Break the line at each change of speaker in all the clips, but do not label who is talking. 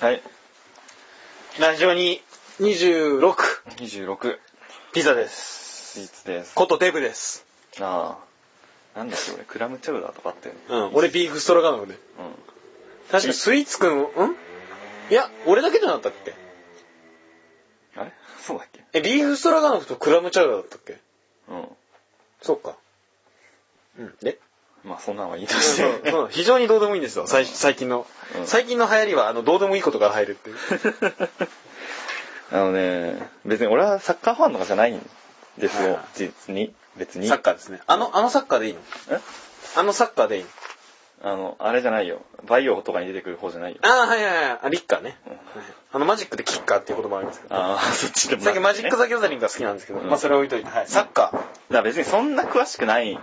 はい。
ラジオに26、
26、
ピザです。
スイーツです。
ことデブです。
ああ。なんだっけ、俺、クラムチャウダーとかあったよね。
うん、俺ビーフストロガノフで。
うん。
確かスイーツくん、んいや、俺だけじゃなかったっけ
あれそうだっけ
え、ビーフストロガノフとクラムチャウダーだったっけ
うん。
そっか。うん。で
まあ、そんなんはいいとし
そう
て。
そう非常にどうでもいいんですよ、最最近の
う。ん
最近の流行りは、あの、どうでもいいことから入るっていう。
あのね、別に俺はサッカーファンとかじゃないんです
はい
よ
はい。
実に。別に。
サッカーですね。あの、あのサッカーでいいの
え
あのサッカーでいいの
あの、あれじゃないよ。バイオとかに出てくる方じゃないよ。
ああ、はいはいはいあ。リッカーね。はいあの、マジックでキッカーっていう言葉ありますけど。
ああ、そっちでもな
最
いね
近マジック・ザ・ギャザリングが好きなんですけど、
うん
まあそれ置いといて、はい、サッカー。
だから別にそんな詳しくない。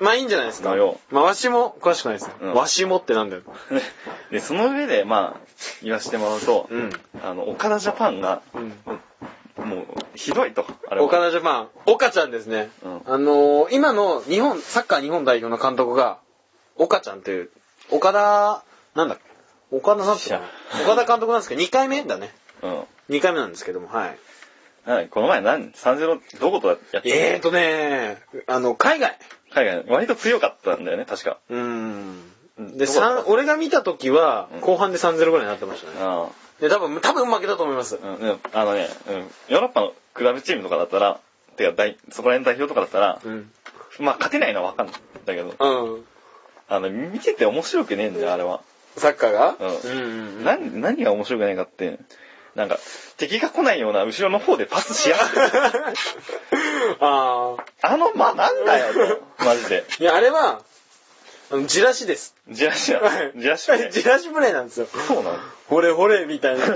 まあいいんじゃないですか。
のよ
まあわしも詳しくないですよ。
うん
わしもってなんだよ。
で、その上で、まあ、言わせてもらうと、
うん
あの、岡田ジャパンが、
うん。
もう、ひどいと。あれは
岡田ジャパン、岡ちゃんですね。
うん
あのー今の日本、サッカー日本代表の監督が、岡ちゃんという、岡田、なんだっけ岡田さんって
知らん
岡田監督なんですけど、2回目だね。
うん。
2回目なんですけども、はい。
はい、この前何 ?30 どことやって
えーとねあの、海外。
海外、割と強かったんだよね、確か。
うーん。
うん
で、
どこだ
三俺が見た時は
う、ん
後半で3-0ぐらいになってましたね。
あ
で、多分、多分負けたと思います
あ、。うん、うんあのね、うん、ヨーロッパのクラブチームとかだったら、てか大、そこら辺代表とかだったら、
うん。
まあ勝てないのはわかんないんだけど、
うん。
あの、見てて面白くねえんだよ、あれは。
サッカーが
うん
んうんうん。
な、何が面白くないかって、なんか、敵が来ないような後ろの方でパスしや がる。
ああ。
あの、まあ、なんだよ、とマジで。
いや、あれは、あの、じらしです。
ジラシア、ジラシア、
じらしプレイなんですよ。
そうなの
ほれほれ、みたいな。 あ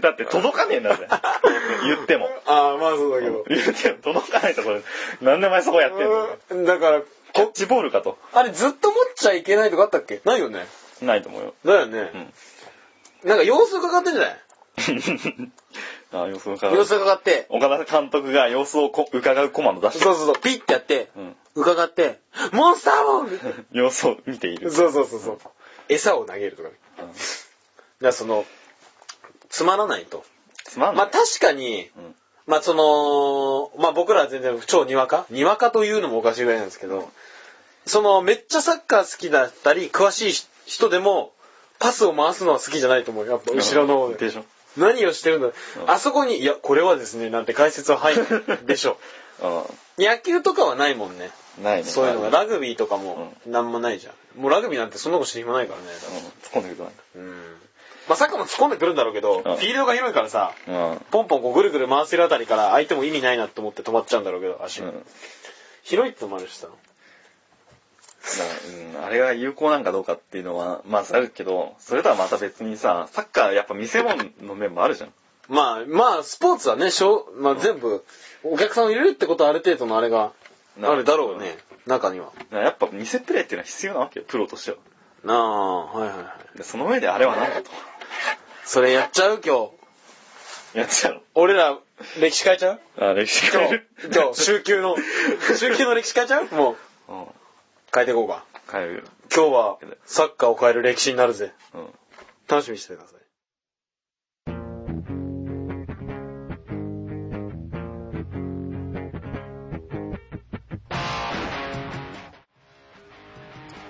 だって届かねえんだぜ。言っても。
あ、まあそうだけど。
言っても届かないところで、なんでお前そこやってんの
うんだから、
キャッ
こ、
チボールかと。
あれずっと持っちゃいけないとかあったっけないよね。
ないと思うよ。
だよね。なんか様子伺ってんじゃない
ああ、様子を伺
様
う。
子伺って。
岡田監督が様子をこ伺うコマンド出し
そ
て
うそうそう、ピッてやって、
うん
伺って、モンスターボールって
様子を見ている。
そうそうそうそう。餌を投げるとかね。
う
だ
ん
からその、つまらないと。
つまん
ま
な
あ
い。
確かに、
うん
まあその、まあ僕らは全然超にわかにわかというのもおかしいぐらいなんですけど、そのめっちゃサッカー好きだったり、詳しい人でも、パスを回すのは好きじゃないと思うよ。やっぱ後ろの方で
で。しょ。
何をしてるんだ
うん
あそこに、いや、これはですね、なんて解説は入 るでしょ
う
野球とかはないもんね。
ん。ないね。
そういうのが。ラグビーとかも、
う
なんもないじゃん。もうラグビーなんてそんなことして暇ないからね。
うん。突っ込んでくると
うん。まあサッカーも突っ込んでくるんだろうけど、フ
ん
ィールドが広いからさ、
ない。
ポンポンこうぐるぐる回してるあたりから相手も意味ないなと思って止まっちゃうんだろうけど、足
うん。
も。
うん。だか
広いってのもあるしさ。
らうん、あれが有効なんかどうかっていうのは、まあ、あるけど、それとはまた別にさ、サッカーやっぱ見せ物の面もあるじゃん。
まあ、まあ、スポーツはね、しょうまあ、全部、お客さんを入れるってことはある程度のあれが、
な
あるだろうね、中には。
だからやっぱ偽プレイっていうのは必要なわけよ、プロとしては。
なあ、はいはいはい。
でその上であれは何 だと。
それやっちゃう今日。
やっちゃう
俺ら、歴史変えちゃう
の。あ、歴史
今
変え
日
る。、
今日、週休 の、週休の歴史変えちゃうもう、
うん。
変えていこうか。
変える。
今日は、サッカーを変える歴史になるぜ。
うん。
楽しみにしててください。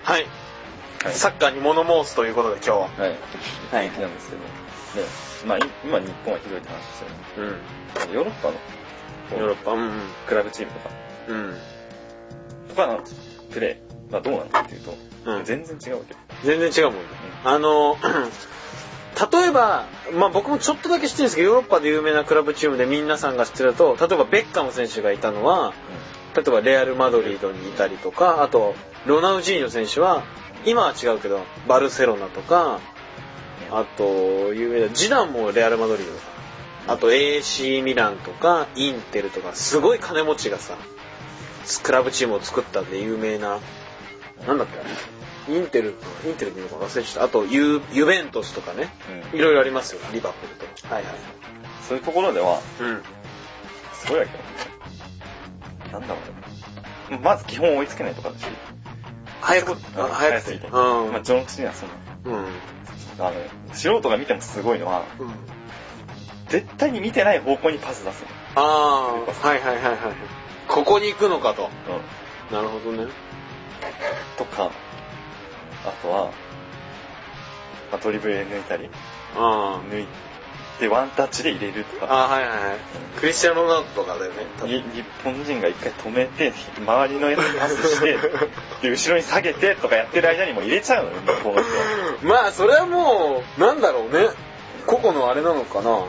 はい。
はい。
サッカーに物申すということで今日は。
はい。
はい
なんですけど。で、まあ、い今日本はひどいって話してる
うん。
ヨーロッパの、こう
ヨーロッパ、うん
クラブチームとか、
うん。
とかのプレイはどうなのかっていうと、
うん
全然違うわけよ。
全然違うもんね。あの、 例えば、まあ僕もちょっとだけ知ってるんですけど、ヨーロッパで有名なクラブチームで皆さんが知ってると、例えばベッカム選手がいたのは、例えばレアル・マドリードにいたりとかあとロナウジーニョ選手は今は違うけどバルセロナとかあと有名なジダンもレアル・マドリードだあと AC ミランとかインテルとかすごい金持ちがさクラブチームを作ったんで有名ななんだっけインテルインテルっていうのか忘れちゃったあとユユベントスとかね
うん
いろいろありますよリバプールとかはいはい
そういうところでは、
うん
すごいわけよ。なんだろうね。まず基本追いつけないとかだし。
早くあ
うん
早く
すぎ
て
て。
うん
まあ、ジョンクシーはそんな。
うん
あの、素人が見てもすごいのは、
うん、
絶対に見てない方向にパス出す
ああはいはいはいはいここに行くのかと
の。うん。
なるほどね
とか、あとは、まあドリブルで抜いたり、
あ
抜いてワンタッチで入れると
あ
か、
あーはいはいはいクリスチャン・ロナウドとかだよね多分
に日本人が一回止めて、周りのやつにパス して、で、後ろに下げてとかやってる間にもう入れちゃうのよ、向こうの人は。
まあそれはもうなんだろうね個々のあれなのかな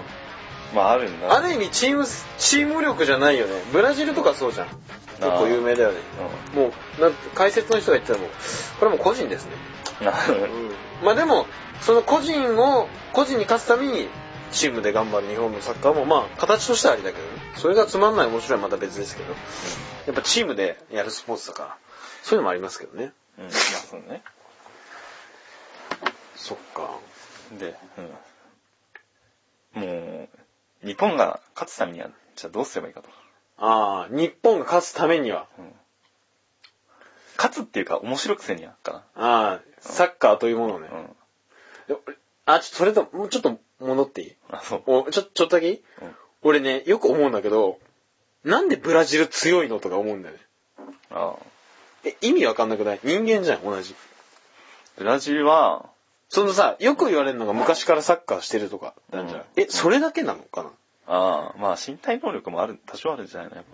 まああるんだ。
あ る意味チームチーム力じゃないよねブラジルとかそうじゃん結構有名だよね
う
もうなん解説の人が言ってたのもこれもう個人ですね、
ん。なるほど
まあでもその個人を個人に勝つためにチームで頑張る日本のサッカーもまあ形としてはありだけどねそれがつまんない面白いはまた別ですけどやっぱチームでやるスポーツだからそういうのもありますけどね
うん、まあそうね。
そっか
で、うん。もう、日本が勝つためには、じゃあどうすればいいかと。
ああ日本が勝つためには
うん。勝つっていうか、面白くせにやっか
ああサッカーというものをね
な。うん。
で俺あちょそれともうちょっと戻っていい
あ、そう。
おちょちょっとだけいい
うん
俺ねよく思うんだけどなんでブラジル強いのとか思うんだよね
ああ
え意味わかんなくない人間じゃん同じ
ブラジルは、
そのさ、よく言われるのが昔からサッカーしてるとか、なんじゃん
うん
え、それだけなのかな
ああ、まあ身体能力もある、多少あるんじゃないの、やっ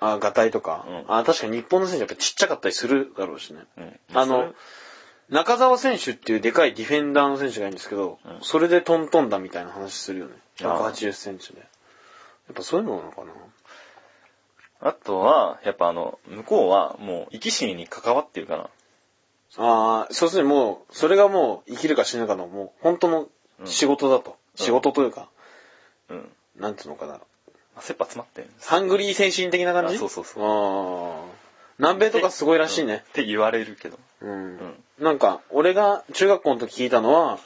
ぱ。
あー、ガタイとか。
うん
あー、確かに日本の選手やっぱちっちゃかったりするだろうしね。
うん。
あの、中澤選手っていうでかいディフェンダーの選手がいるんですけど、
うん
それでトントンだみたいな話するよね。
あー
180センチで。やっぱそういうのなのかな
あとは、やっぱあの、向こうは、もう、生き死にに関わってるから。
ああ、そうするにもう、それがもう生きるか死ぬかのもう、本当の仕事だと。
うん
仕事というか、
うん。
なんていうのかな。
まあ、切羽詰まってるんです。
ハングリー精神的な感じ
あそうそうそう
あー南米とかすごいらしいね。
って言われるけど。
うん
ん
なんか、俺が中学校の時聞いたのは、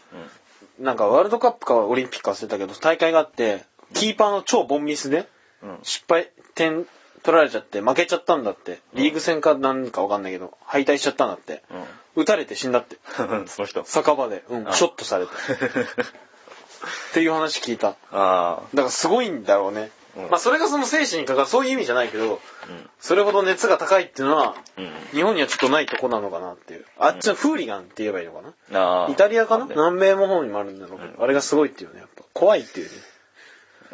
うん。
なんかワールドカップかオリンピックか忘れたけど、大会があって、キーパーの超ボンミスで、
うん。
失敗、点取られちゃって、負けちゃったんだって。リーグ戦か何かわかんないけど、敗退しちゃったんだって。撃たれて死んだって。
うん。 その人。
酒場で、うん、
あ
ショットされて。っていう話聞いた。
あ
だからすごいんだろうね。
うん
まあそれがその精神かかそういう意味じゃないけど、
あ。
それほど熱が高いっていうのは、
うん。うん。
日本にはちょっとないとこなのかなっていう。あっちのフーリガンって言えばいいのかな
ああ。
イタリアかな
う
南米の方にもあるんだろうけど、
うん
あれがすごいっていうね、やっぱ。怖いっていう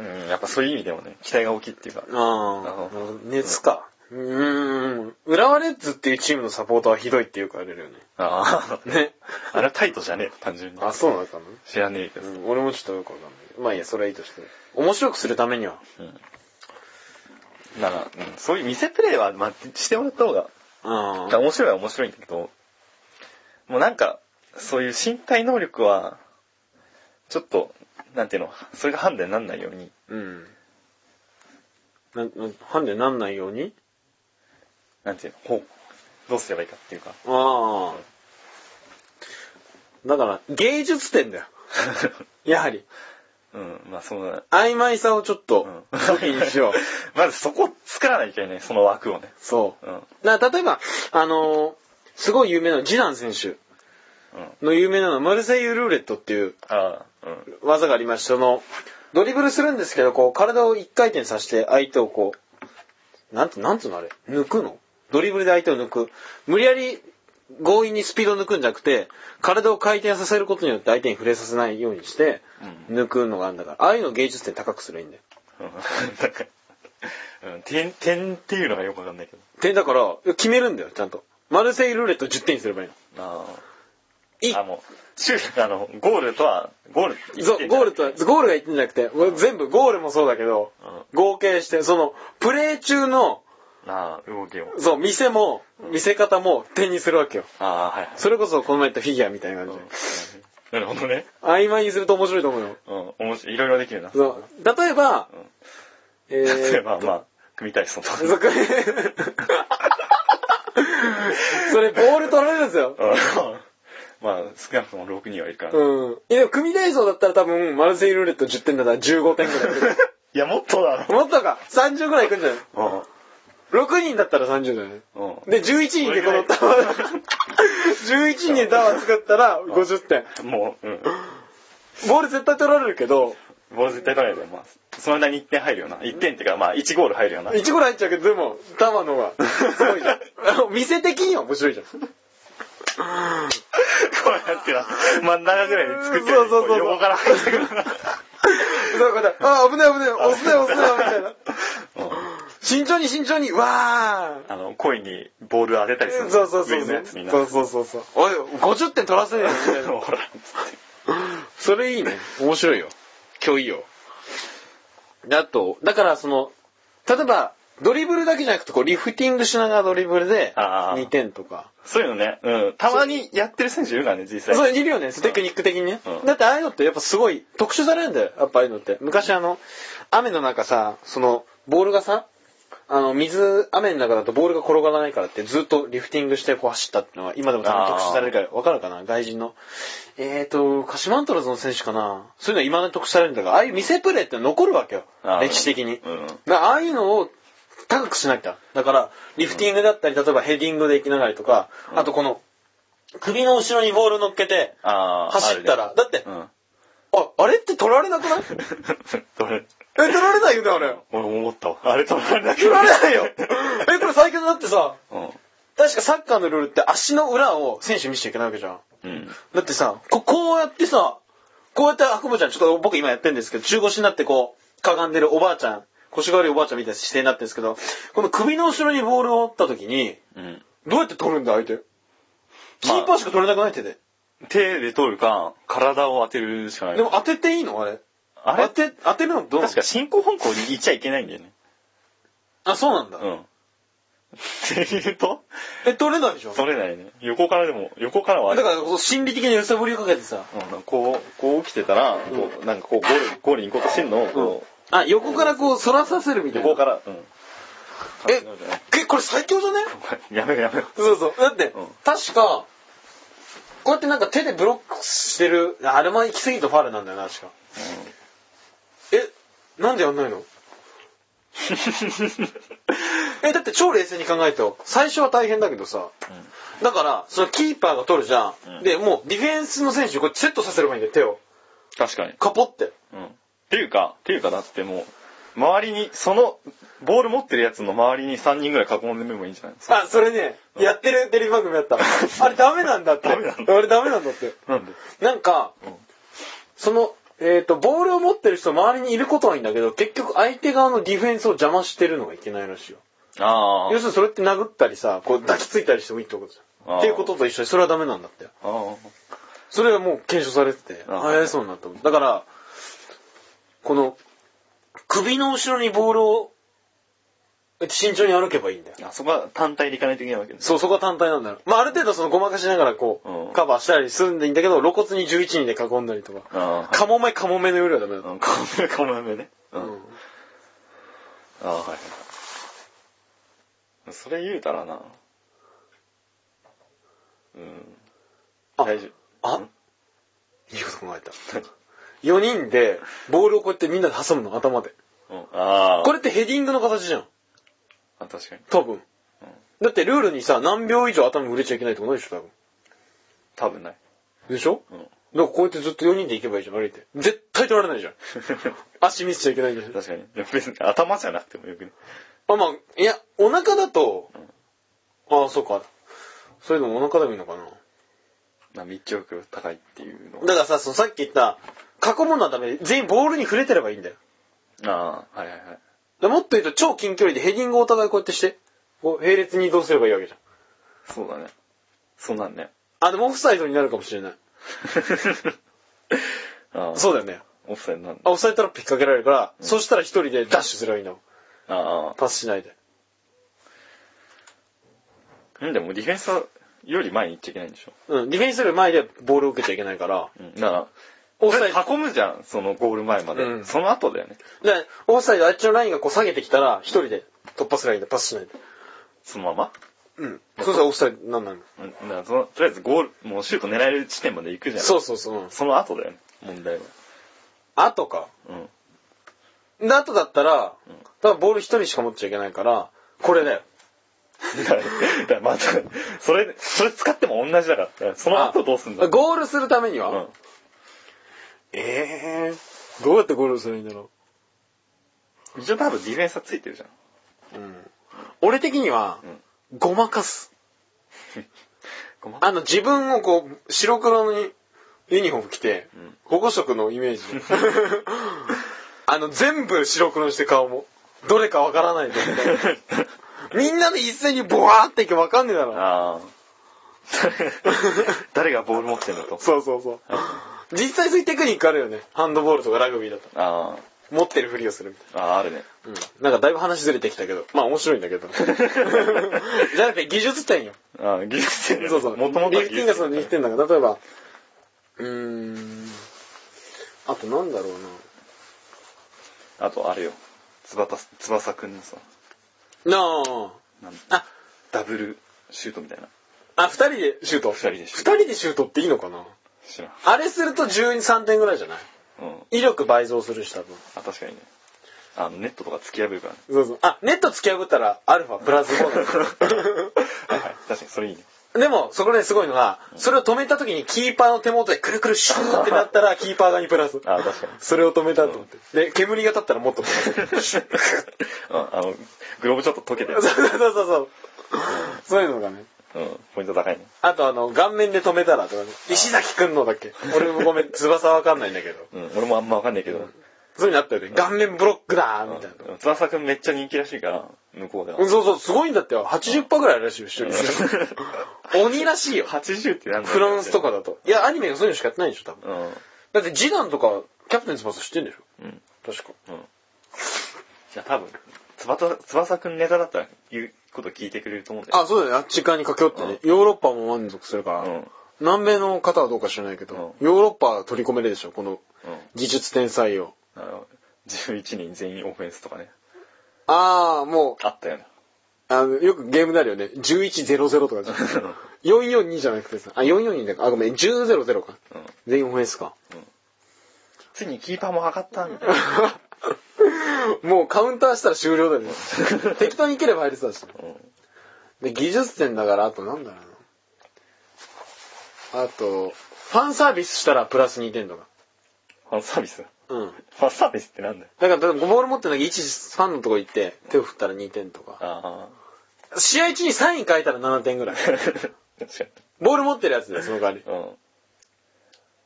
ね。
ん。やっぱそういう意味でもね、期待が大きいっていうか。
あ
あ
あ、熱か。うーん。浦和レッズっていうチームのサポーターはひどいってよく言われるよね。
ああ。
ね。
あれはタイトじゃねえ、単純に。
あ、そうなのかな
知らねえけ
う
ど。
ん、俺もちょっとよくわかんないけど。まあいいや、それはいいとして。面白くするためには。
うん。だから、うんそういう見せプレイは、まあ、してもらった方が、
ああ。
面白いは面白いんだけど、もうなんか、そういう身体能力は、ちょっと、なんていうの、それが判断になんないように、
うん。な、な、ハンデになんないように
なんていうの、ほう、どうすればいいかっていうか。
ああ。だから、芸術点だよ。やはり。
うん、まあその、
曖昧さをちょっと
う、ん。
武器にしよう。
まずそこを作らなきゃいけないね、その枠をね。
そう
う。ん、うん、
だから例えば、あのーすごい有名なジダン選手の有名なのはマルセイユルーレットっていう
ああ、うん、
技がありまして、その、ドリブルするんですけど、こう、体を一回転させて相手をこう、なんて、なんつうのあれ抜くのドリブルで相手を抜く。無理やり強引にスピードを抜くんじゃなくて、体を回転させることによって相手に触れさせないようにして、
うん
抜くのがあるんだから、ああいうのを芸術点高くすればいいんだよ。
うん、なんか、うん、点、点っていうのがよくわかんないけど。
で、だから、決めるんだよ、ちゃんと。マルセイユルーレット10点にすればいいの。
ああ。
い
あ、もう、シュート、あの、ゴールとは、ゴールって言って
そ
んじゃ
う、
ん
ゴールとは、ゴールが言ってんじゃなくて、全部、ゴールもそうだけど、合計して、その、プレー中の、
うん。ああ、動きを。
そう、見せも、見せ方も点にするわけよ。
ああ、はいはい。
それこそ、この前言ったフィギュアみたいな
う
感
ん
じ
なるほどね。
曖昧にすると面白いと思うよ。
うん、面白い。いろいろできるな。
そう。例えば
うん、
え
例えば、
ー
まあ、組み体操とか。
そこ それ、ボール取られるんですよ。
うんまあ、少なくとも6人はいる から。
うん。いや、でも組体操だったら多分、マルセイユルーレット10点だったら15点ぐらい くる。
いや、もっとだろ。
もっとか、30ぐらいいくんじゃない
うん。
6人だったら30じゃない
うん。
で、11人でこの、
それぐらい
11人でダワ使ったら50点。
もう、うん。
ボール絶対取られるけど、
ボール絶対取られるよ。まあ、その間に1点入るよな。1点っていうか、まあ、1ゴール入るよな。
1ゴール入っちゃうけど、でも、ダワの方が、すごいじゃん。 店的には面白いじゃん。
こうやってな、真ん中ぐらいで作って、
そうそうそうそう
横から入ってくるな。
そうこうやってあ、危ない危ない、押すなよ押すなよ、みたいな。
うん
慎重に慎重に、わー
あの、恋にボール当てたりする。
そうそうそう
上の
そ
や
う。
つにな。
そうそうそうそう。おい、50点取らせねえよ、みたいな。
ほら、
それいいね。面白いよ。今日いいよ。だと、だからその、例えば、ドリブルだけじゃなくて、こう、リフティングしながらドリブルで、
あー
2点とか。
そういうのね、うん。たまにやってる選手いるからね、実際。
そう、いるよね、テクニック的にね。
うん
だって、ああいうのって、やっぱすごい、特殊されるんだよ、やっぱああいうのって。昔あの、雨の中さ、その、ボールがさ、あの、水、雨の中だとボールが転がらないからって、ずっとリフティングしてこう走ったってのは、今でも多分
あー
特殊されるから、わかるかな外人の。えーと、鹿島アントラーズの選手かなそういうのは今で特殊されるんだから、ああいう見せプレーって残るわけよ
あ。ー
歴史的に。
うん
だからああいうのを高くしなきゃ。だから、リフティングだったり、例えばヘディングで行きながらとか、
うん
あとこの、首の後ろにボール乗っけて、
あー
走ったら
ある
だって
うん。
あ、あれって取られなく ないえ、
それ、
取られないよね、あれ。
俺も思ったわ。あれ取られなきゃ
取られないよ。え、これ最近だってさ、
うん。
確かサッカーのルールって足の裏を選手見しちゃいけないわけじゃん。
うん。
だってさ、ここうやってさ、こうやって、あ、くぼちゃん、ちょっと僕今やってんですけど、中腰になってこう、かがんでるおばあちゃん、腰が悪いおばあちゃんみたいな姿勢になってるんですけど、この首の後ろにボールを折った時に、
うん。
どうやって取るんだ、相手。キーパーしか取れなくない手で。
手で取るか、体を当てるしかない。
でも当てていいのあれ。
あ
当
れ
て、当てるのどう
確か進行方向に行っちゃいけないんだよね。
あ、そうなんだ。
うん。っていうと、
え、取れないでしょ
取れないね。横からでも、横からは
だから、こう心理的に揺さぶりをかけてさ、
うん、こう、こう起きてたら、こう、なんかこう、ゴール、ゴールに行こうとしてんのを、こ
あ、横からこう、反らさせるみ
う、
たい
こ
な。
こから、うん。
え、え、これ最強じゃね
やめろやめろ。
そうそう。だって、
うん
確か、こうやってなんか手でブロックしてる、あれも行き過ぎるとファールなんだよな、確か。え、なんでやんないのえ、だって超冷静に考えてよ。最初は大変だけどさ、だから、そのキーパーが取るじゃん。
うん
で、もうディフェンスの選手、これセットさせればいいんだよ、手を。
確かに。
カポって。
うん。っていうか、っていうかだってもう、周りに、その、ボール持ってるやつの周りに3人ぐらい囲んでみればいいんじゃないですか。
あ、それね、
うん
やってるテレビ番組やった。あれダメなんだって。
ダメなんだ
俺ダメなんだって。
なんで
なんか、
うん
その、えっ、と、ボールを持ってる人周りにいることはいいんだけど、結局相手側のディフェンスを邪魔してるのがいけないらしいよ。
あ
要するにそれって殴ったりさ、こう抱きついたりしてもいいってことじゃ
あ
ん。
ー
っていうことと一緒にそれはダメなんだって。
あ。あ
それはもう検証されてて、
あー
あやりそうになったもん。だから、この、首の後ろにボールを、慎重に歩けばいいんだよ。
あ。あそこは単体でいかないといけないわけです。
そう、そこは単体なんだよ。まあ、ある程度そのごまかしながらこう、
うん
カバーしたりするんでいいんだけど、露骨に11人で囲んだりとか。
あ
カモメカモメの夜はダメだ
あ。うん、かもめ、かもめね。う。
うんん
ああ、はいはいはい。それ言うたらな。うん。
あ
大丈夫。
あ
うん
いいこと考えた。4人で、ボールをこうやってみんなで挟むの、頭で。
うん、ああ。
これってヘディングの形じゃん。
あ確かに。
多分。
うん。
だってルールにさ、何秒以上頭に触れちゃいけないとかないでしょ、多分。
多分ない。
でしょ
うん。
だからこうやってずっと4人で行けばいいじゃん、歩いて。絶対取られないじゃん。 足見せちゃいけないじゃん。
確かに。でも別に頭じゃなくてもよくね。
あ、まあ、いや、お腹だと
ん、
ああ、そうか。そういうのもお腹でもいいのかな。
な密着力高いっていうの
だからさ、そのさっき言った、囲むのはダメで、全員ボールに触れてればいいんだよ。
ああ、はいはいはい。
でもっと言うと、超近距離でヘディングをお互いこうやってして、こう、並列に移動すればいいわけじゃん。
そうだね。そうなんね。
あ、でもオフサイドになるかもしれない。
ああ
そう
う。
だよね。
オフサイドなんだ。
あ、オフサイドトラップ引っ掛けられるから、そしたら一人でダッシュすればいいんだもん。
あ
パスしないで。
あ。うん、でもディフェンスより前に行っちゃいけないんでしょ。
うん、ディフェンスより前でボールを受けちゃいけないから、
うん。だから、
オフサイド、だか
囲むじゃん、そのゴール前まで。
うん
その後だよね。
らオフサイドあっちのラインがこう下げてきたら、一人で突破すればいいんだよ、パスしないで。
そのまま。
うん。そうしたらオフサイドなんなの
うん、だからその、とりあえずゴール、もうシュート狙える地点まで行くじゃん。。
そううそうそう。うん
その後だよね、問題は。
あとか。
うん。
で、あとだったら
うん、
多分ボール一人しか持っちゃいけないから、これだよ。
だからだからまた、 それ、それ使っても同じだから。だからその後どうすんだ
あゴールするためには、
うん。
ええー、どうやってゴールするんだろ
一応多分ディフェンスはついてるじゃん。
う、うん、俺的には、ごまかす。
ごま
あの、自分をこう、白黒のユニフォーム着て
うん、
保護色のイメージで。 あの、全部白黒にして顔も。どれかわからないで。みんなで一斉にボワーっていけばわかんねえだろ。
ああ。 誰がボール持ってんだと。
そうそうそう。
あ
実際そういうテクニックあるよね。ハンドボールとかラグビーだと。
あー。
持ってるふりをするみたいな。
ああ、あるね。
うん。なんかだいぶ話ずれてきたけど。まあ面白いんだけ ど。じゃなくて技術点よ。
ああ、技術点。
そうそう。
もともと
リフティングがそのリフティングだから、例えば、うーん、あとなんだろう
あと、あれよ。翼、翼くんのさ、
な。な
なん
あ、あ、
ダブルシュートみたいな。
あ、二人でシュート。
二人でシュート
二人でシュートっていいのかな
知らん。
あれすると13点ぐらいじゃない
うん。
威力倍増するし、多分。
あ、確かにね。あの、ネットとか突き破るから ね。
そうそう。あ、ネット突き破ったら、アルファプラス5なん だ
はいはい。確かに、それいいね。
でも、そこですごいのが、それを止めた時にキーパーの手元でくるくるシューってな ったら、キーパー側にプラス。
あ確かに
それを止めたと思って。で、煙が立ったらもっとプ ラス。
うん、あの、グローブちょっと溶けて
そう
る。
そうそうそう。そういうのがね。
うん、ポイント高いね。
あとあの、顔面で止めたらとかね。石崎くんのだっけ俺もごめん、翼わかんないんだけど。
うん、俺もあんまわかんないけど。
そういうのあったよね。顔面ブロックだーみたいな。
うん翼くんめっちゃ人気らしいから、向こうでは。
うんそうそう、すごいんだってよ。80%ぐらいらしいよ、一人
うん
で。 鬼らしいよ。
80ってなんだ
フランスと
か。
かだと。いや、アニメがそういうのしかやってないんでしょ、多分。
うん。
だって、ジダンとか、キャプテン翼知ってんでしょ
うん。
確か。
うん。じゃあ多分、翼、翼くんネタだったら言うこと聞いてくれると思うんだよ。
あ、そうだよね。あっち側に駆け寄ってね。ヨーロッパも満足するから。
うん
南米の方はどうか知らないけど、
う
ヨーロッパは取り込めるでしょ、この
うん。
技術天才を。
あの、11人全員オフェンスとかね。
ああ、もう、
あったよね。
あの、よくゲームであるよね。1100とかじゃん。442じゃなくてさ。あ、442だか。あ、ごめん。1000か。
うん。
全員オフェンス か。
ついにキーパーも測ったみたいな。
もうカウンターしたら終了だよね。適当にいければ入れてたし。
うん。
で、技術点だから、あとなんだろうな。あと、ファンサービスしたらプラス2点とか。
ファンサービス
うん。
ファンサービスってなんだよ。
だから、ボール持ってなきゃ1、3のとこ行って、手を振ったら2点とか。
あ
試合中にサイン書いたら7点ぐらい
あ。。確かに。
ボール持ってるやつだよ、その代わり。
うん。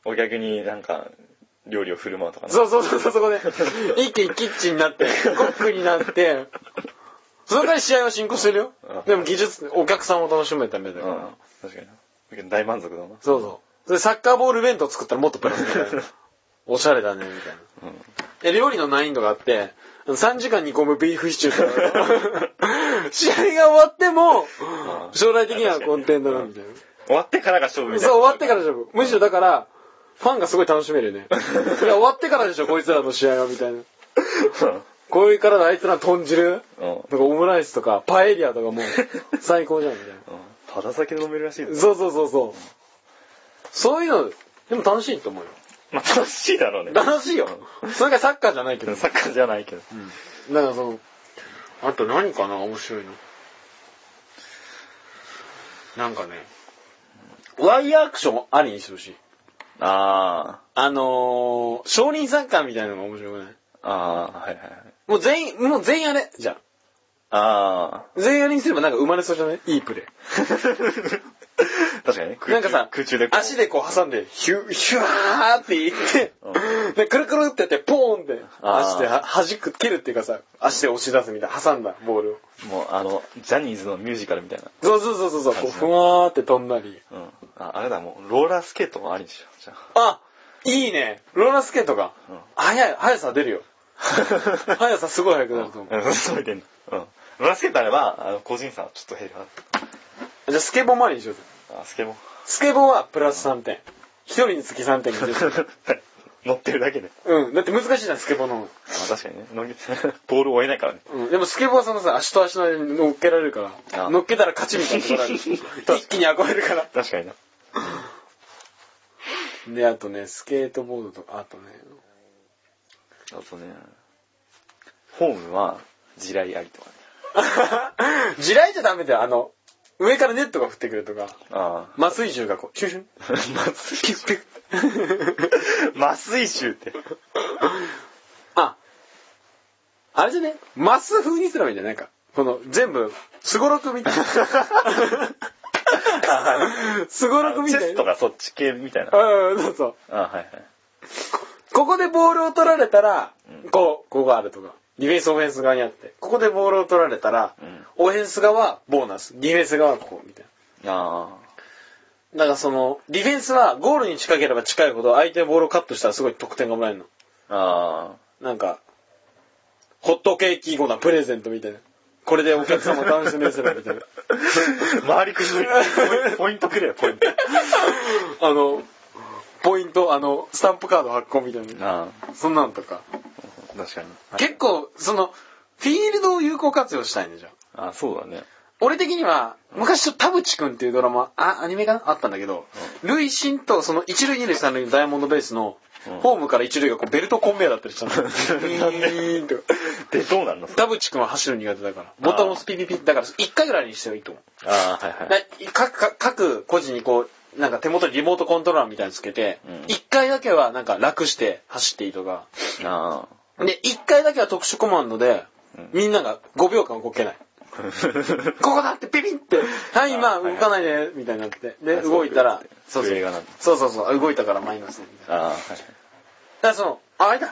お客になんか、料理を振る舞うとかね。
そうそうそうそう、そこで。一軒キッチンになって、コックになって、その代わり試合は進行してるよ
うん。
でも技術、お客さんを楽しめた目だ
う
から。
ん。確かにな。だけど大満足だな。
そうそう。それサッカーボール弁当作ったらもっとプラスみたいな。おしゃれだね、みたいな。
うん。
で、料理の難易度があって、3時間煮込むビーフシチューと か試合が終わっても、将来的にはコンテンダーだみたいな。
終わってからが勝負みた い
そう、
な。
終わってからでしょ。むしろだから、ファンがすごい楽しめるよね。 いや、終わってからでしょ、こいつらの試合は、みたいな。これからのあいつらの豚汁
うん。うん。
とかオムライスとかパエリアとかもう 最高じゃん、みたいな。
ただ酒飲めるらしいです。
そうそうそうそう。そういうの、でも楽しいと思うよ。
まあ楽しいだろうね。
楽しいよ。それがサッカーじゃないけど。
サッカーじゃないけど。
だからその、あと何かな、面白いの。なんかね、ワイヤーアクションありにしてほしい。
あ
あのー、少林サッカーみたいなのが面白くない
あ。ああ、はいはいはい。
もう全員、もう全員あれじゃ
ああ。
あ。全員あれにすればなんか生まれそうじゃないいいプレー。
確かにね。空中
なんかさ、
空中でこう
足でこう挟んで、ヒュー、ヒュワーっていって
う、
で、くるくるってやって、ポーンって、
あー
足では弾く、蹴るっていうかさ、足で押し出すみたいな、挟んだボールを。
もうあの、ジャニーズのミュージカルみたいな。
そうそうそうそうそう、こうふわーって飛んだり。
うん。あ、あれだ、もう、ローラースケートもありにしよう。じゃ
あ、いいね。ローラースケートが
うん。
速い、速さ出る よ。
あ。
速さすごい速くなると思う。
うん、 そういてんの。うん。ローラースケートあれば、あの個人差はちょっと減るな。
じゃあスケボーもありにしようぜ。
あ、スケボ
スケボーはプラス3点。一人につき3点が出 る。
ー。 乗ってるだけで。
うん。だって難しいじゃん、スケボーの方が。
まあ、確かにね。乗り、 ボールを追えないからね。
うん。でもスケボーはそのさ、足と足の間に乗っけられるから、
あ
乗っけたら勝ちみたいなところあ る。一気に憧れるから。
確かにな。
で、あとね、スケートボードとか、あとね、
あとね、ホームは、地雷ありとか ね。
地雷じゃダメだよ。あの、上からネットが降ってくるとか、
ああ。
麻酔銃がこう、シュンシュン。
麻酔
ピ
臭。
ュン
麻酔臭って。
あ、あれじゃねマス風にすればいいんじゃないか。この、全部、スゴロクみ たいな。 スゴロクみ
チ
た
ェ
いな。
スとかそっち系みたいな。あ
うん、そうそう。
あ、はいはい。
ここでボールを取られたら
うん、
こう、ここがあるとか。ディフェンス、オフェンス側にあって。ここでボールを取られたら、
うん
オフェンス側はボーナス。ディフェンス側はここ、みたい
あ
な。だからその、ディフェンスはゴールに近ければ近いほど、相手がボールをカットしたらすごい得点がもらえるの。
あ。あ
なんか、ホットケーキ後なプレゼントみたいな。これでお客様を楽しみにするみたいな。
あ。回りくどい。ポイントくれよ、ポイント。
あの、ポイント、あの、スタンプカード発行みたいな。
あ
そんなのとか。
あ。確かに。
結構、その、フィールドを有効活用したいんでじゃん。
ああ、そうだね。
俺的には、昔、田淵くんっていうドラマ、あ、アニメかなあったんだけど、塁審と、その、一塁二塁三塁のダイヤモンドベースの
うん、
ホームから一塁がこうベルトコンベヤーだったりしたの。
なんで
ウィーンと
で、どうなんの
田淵くんは走るの苦手だから、ボタンを押すピピピだから、一回ぐらいにしてはいいと思う。
ああ、はいはい。
で各各各個人にこうなんか手元にリモートコントローラーみたいにつけて、
うん
一1回だけはなんか楽して走っていいとか
あ
で1回だけは特殊コマンドで、
うん
みんなが5秒間動けない
あ。
ここだってピピンって「はい
あ
今
はいはい
動かないで」みたいになってで
あそう
動いたら
そう
そう
笛が鳴る
そうそうそう動いたからマイナスみたいな
ああ、はい。
だからそのああれだ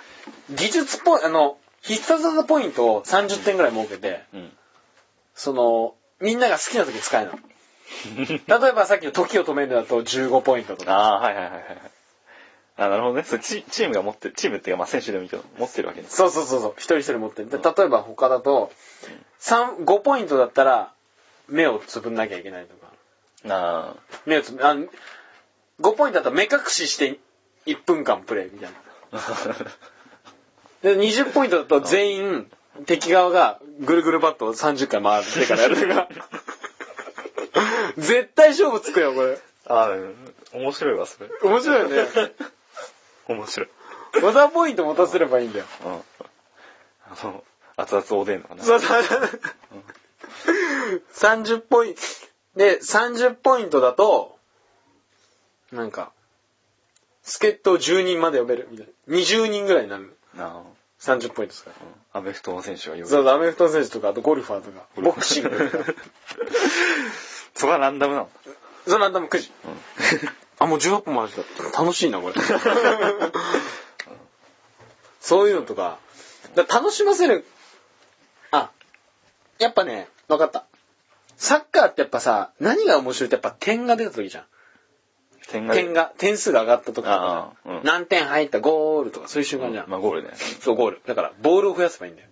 技術ポイントあの必殺技ポイントを30点ぐらい設けて、
うん。
そのみんなが好きな時使えるの例えばさっきの時を止めるだと15ポイントとか
ああ、はいはいはいはいはい。あなるほどね。そうチチームが持ってる、チームっていうか、まあ選手でもいいけど、持ってるわけです。
そうそうそうそう一人一人持ってるで例えば他だと3 5ポイントだったら目をつぶんなきゃいけないとか
あ
目をつぶあ5ポイントだったら目隠しして1分間プレイみたいな
あ。
で20ポイントだと全員敵側がぐるぐるバットを30回回ってからやるとか 絶対勝負つくよこれ
ああ、うん面白いわ、それ。
面白いよね
面白い。
技ポイント持たせればいいんだよ
うん。あの、熱々おでんのかな。
そうそう。30ポイント、で、30ポイントだと、なんか、助っ人を10人まで呼べるみたいな。20人ぐらいになる。
あ
30ポイントですから
あ、う。んアメフトの選手が言
そう、アメフト選手とか、あとゴルファーとか、ボクシ ングとか。
そこはランダムなの。
それランダム9時。
うん。
あ、もう18分も話した。楽しいな、これ。 そういうのとか。だから楽しませる。あ、やっぱね、わかった。サッカーってやっぱさ、何が面白いってやっぱ点が出た時じゃん。
点
点が、点数が上がった時とか
ああうん
何点入った、ゴールとか、そういう瞬間じゃん。
まあゴー ルね。
そう、ゴール。だから、ボールを増やせばいいんだよ。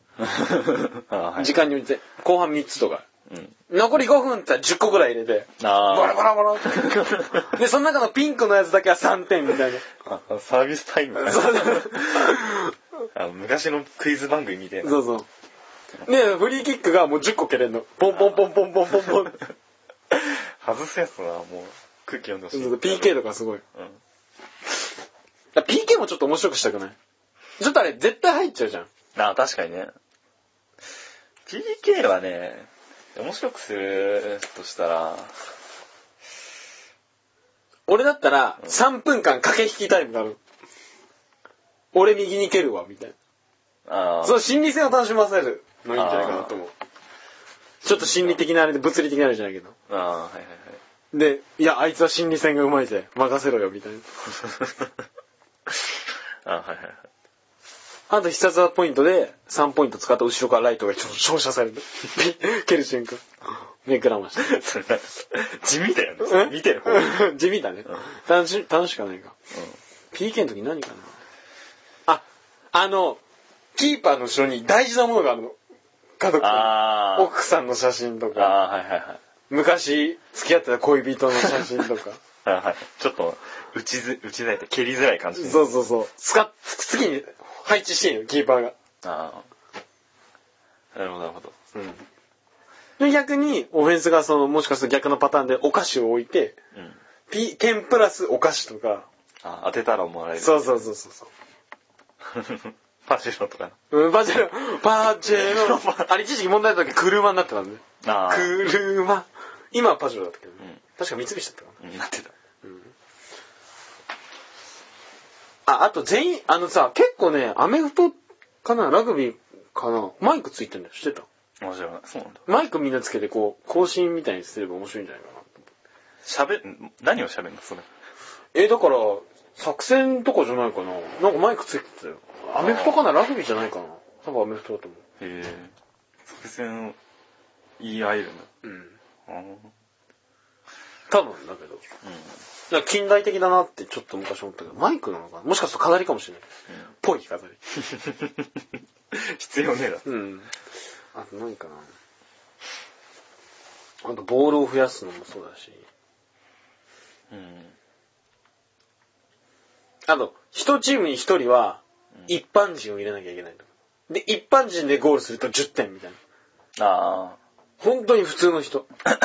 ああ、はい。
時。間に応じて、後半3つとか。
うん。
残り5分って言ったら10個ぐらい入れて、
ああ。
ボロボロボロって。 で、その中のピンクのやつだけは3点みたいな。
あサービスタイムだ
そう
あの昔のクイズ番組みたい な。
そうそう。ねフリーキックがもう10個蹴れんの。ポンポンポンポンポンポンポン。
外すやつだな、もう。空気読んでほし
そう
い。
そう PK とかすごい。
うん。
だから PK もちょっと面白くしたくないちょっとあれ絶対入っちゃうじゃん。
ああ、確かにね。PK はね、面白くするとしたら、
俺だったら3分間駆け引きタイムがある。俺右に蹴るわ、みたい
あ
な。
あ。
その心理戦を楽しませるのいいんじゃないかなと思う。ちょっと心理的なあれで物理的なあれじゃないけど。
ああ、はいはいはい。
で、いや、あいつは心理戦がうまいぜ。任せろよ、みたいな。
ああ、はいはいはい。
あと必殺技ポイントで3ポイント使った後ろからライトが照射される。ピッ 蹴る瞬間。目くらまして。
それなんか地味だよ
え
ね。見てる方。うん。
地味だね
うん。
楽し、楽しくはないか。PK の時何かなあ、あの、キーパーの後ろに大事なものがあるの。家族の
ああ。
奥さんの写真と
あ
か、
あ、はいはいはい。
昔付き合ってた恋人の写真と か。
はいはい。ちょっと、打ちず、打ちづらいって、蹴りづらい感じ。
そうそうそう。使っ、次に配置していいの、キーパーが。
ああ。なるほど、なるほど。
で、逆に、オフェンスがその、もしかすると逆のパターンでお菓子を置いて、
うん。
P、点プラスお菓子とか、
あ当てたらもらえる。
そうそうそうそうそう。
パシロとか。
うんパチェロ、パチェロ。あれ一時期問題だったけど、車になってたんで。
あー
車。今はパチェロだったけどね、
うん
確か三菱だったかな。
うんなってた。
あ、あと全員、あのさ、結構ね、アメフトかな、ラグビーかな、マイクついてるんだよ、知ってた。
面白いな。そうなんだ。
マイクみんなつけて、こう、更新みたいにすれば面白いんじゃないかな。
喋ん、何を喋るのそれ。
え、だから、作戦とかじゃないかな。なんかマイクついてたよ。アメフトかな、ラグビーじゃないかな。多分アメフトだと思
へえ。作戦を言い合えるんだ。
う。うん。
あー
多分だけど。なんか近代的だなってちょっと昔思ったけど、マイクなのかなもしかすると飾りかもしれない。ぽい飾り。
うん。 必要ねえだ。
うん。あと何かな。あとボールを増やすのもそうだし。
うん。
あと、一チームに一人は、一般人を入れなきゃいけないと。で、一般人でゴールすると10点みたいな。
あ
本当に普通の人。
あ。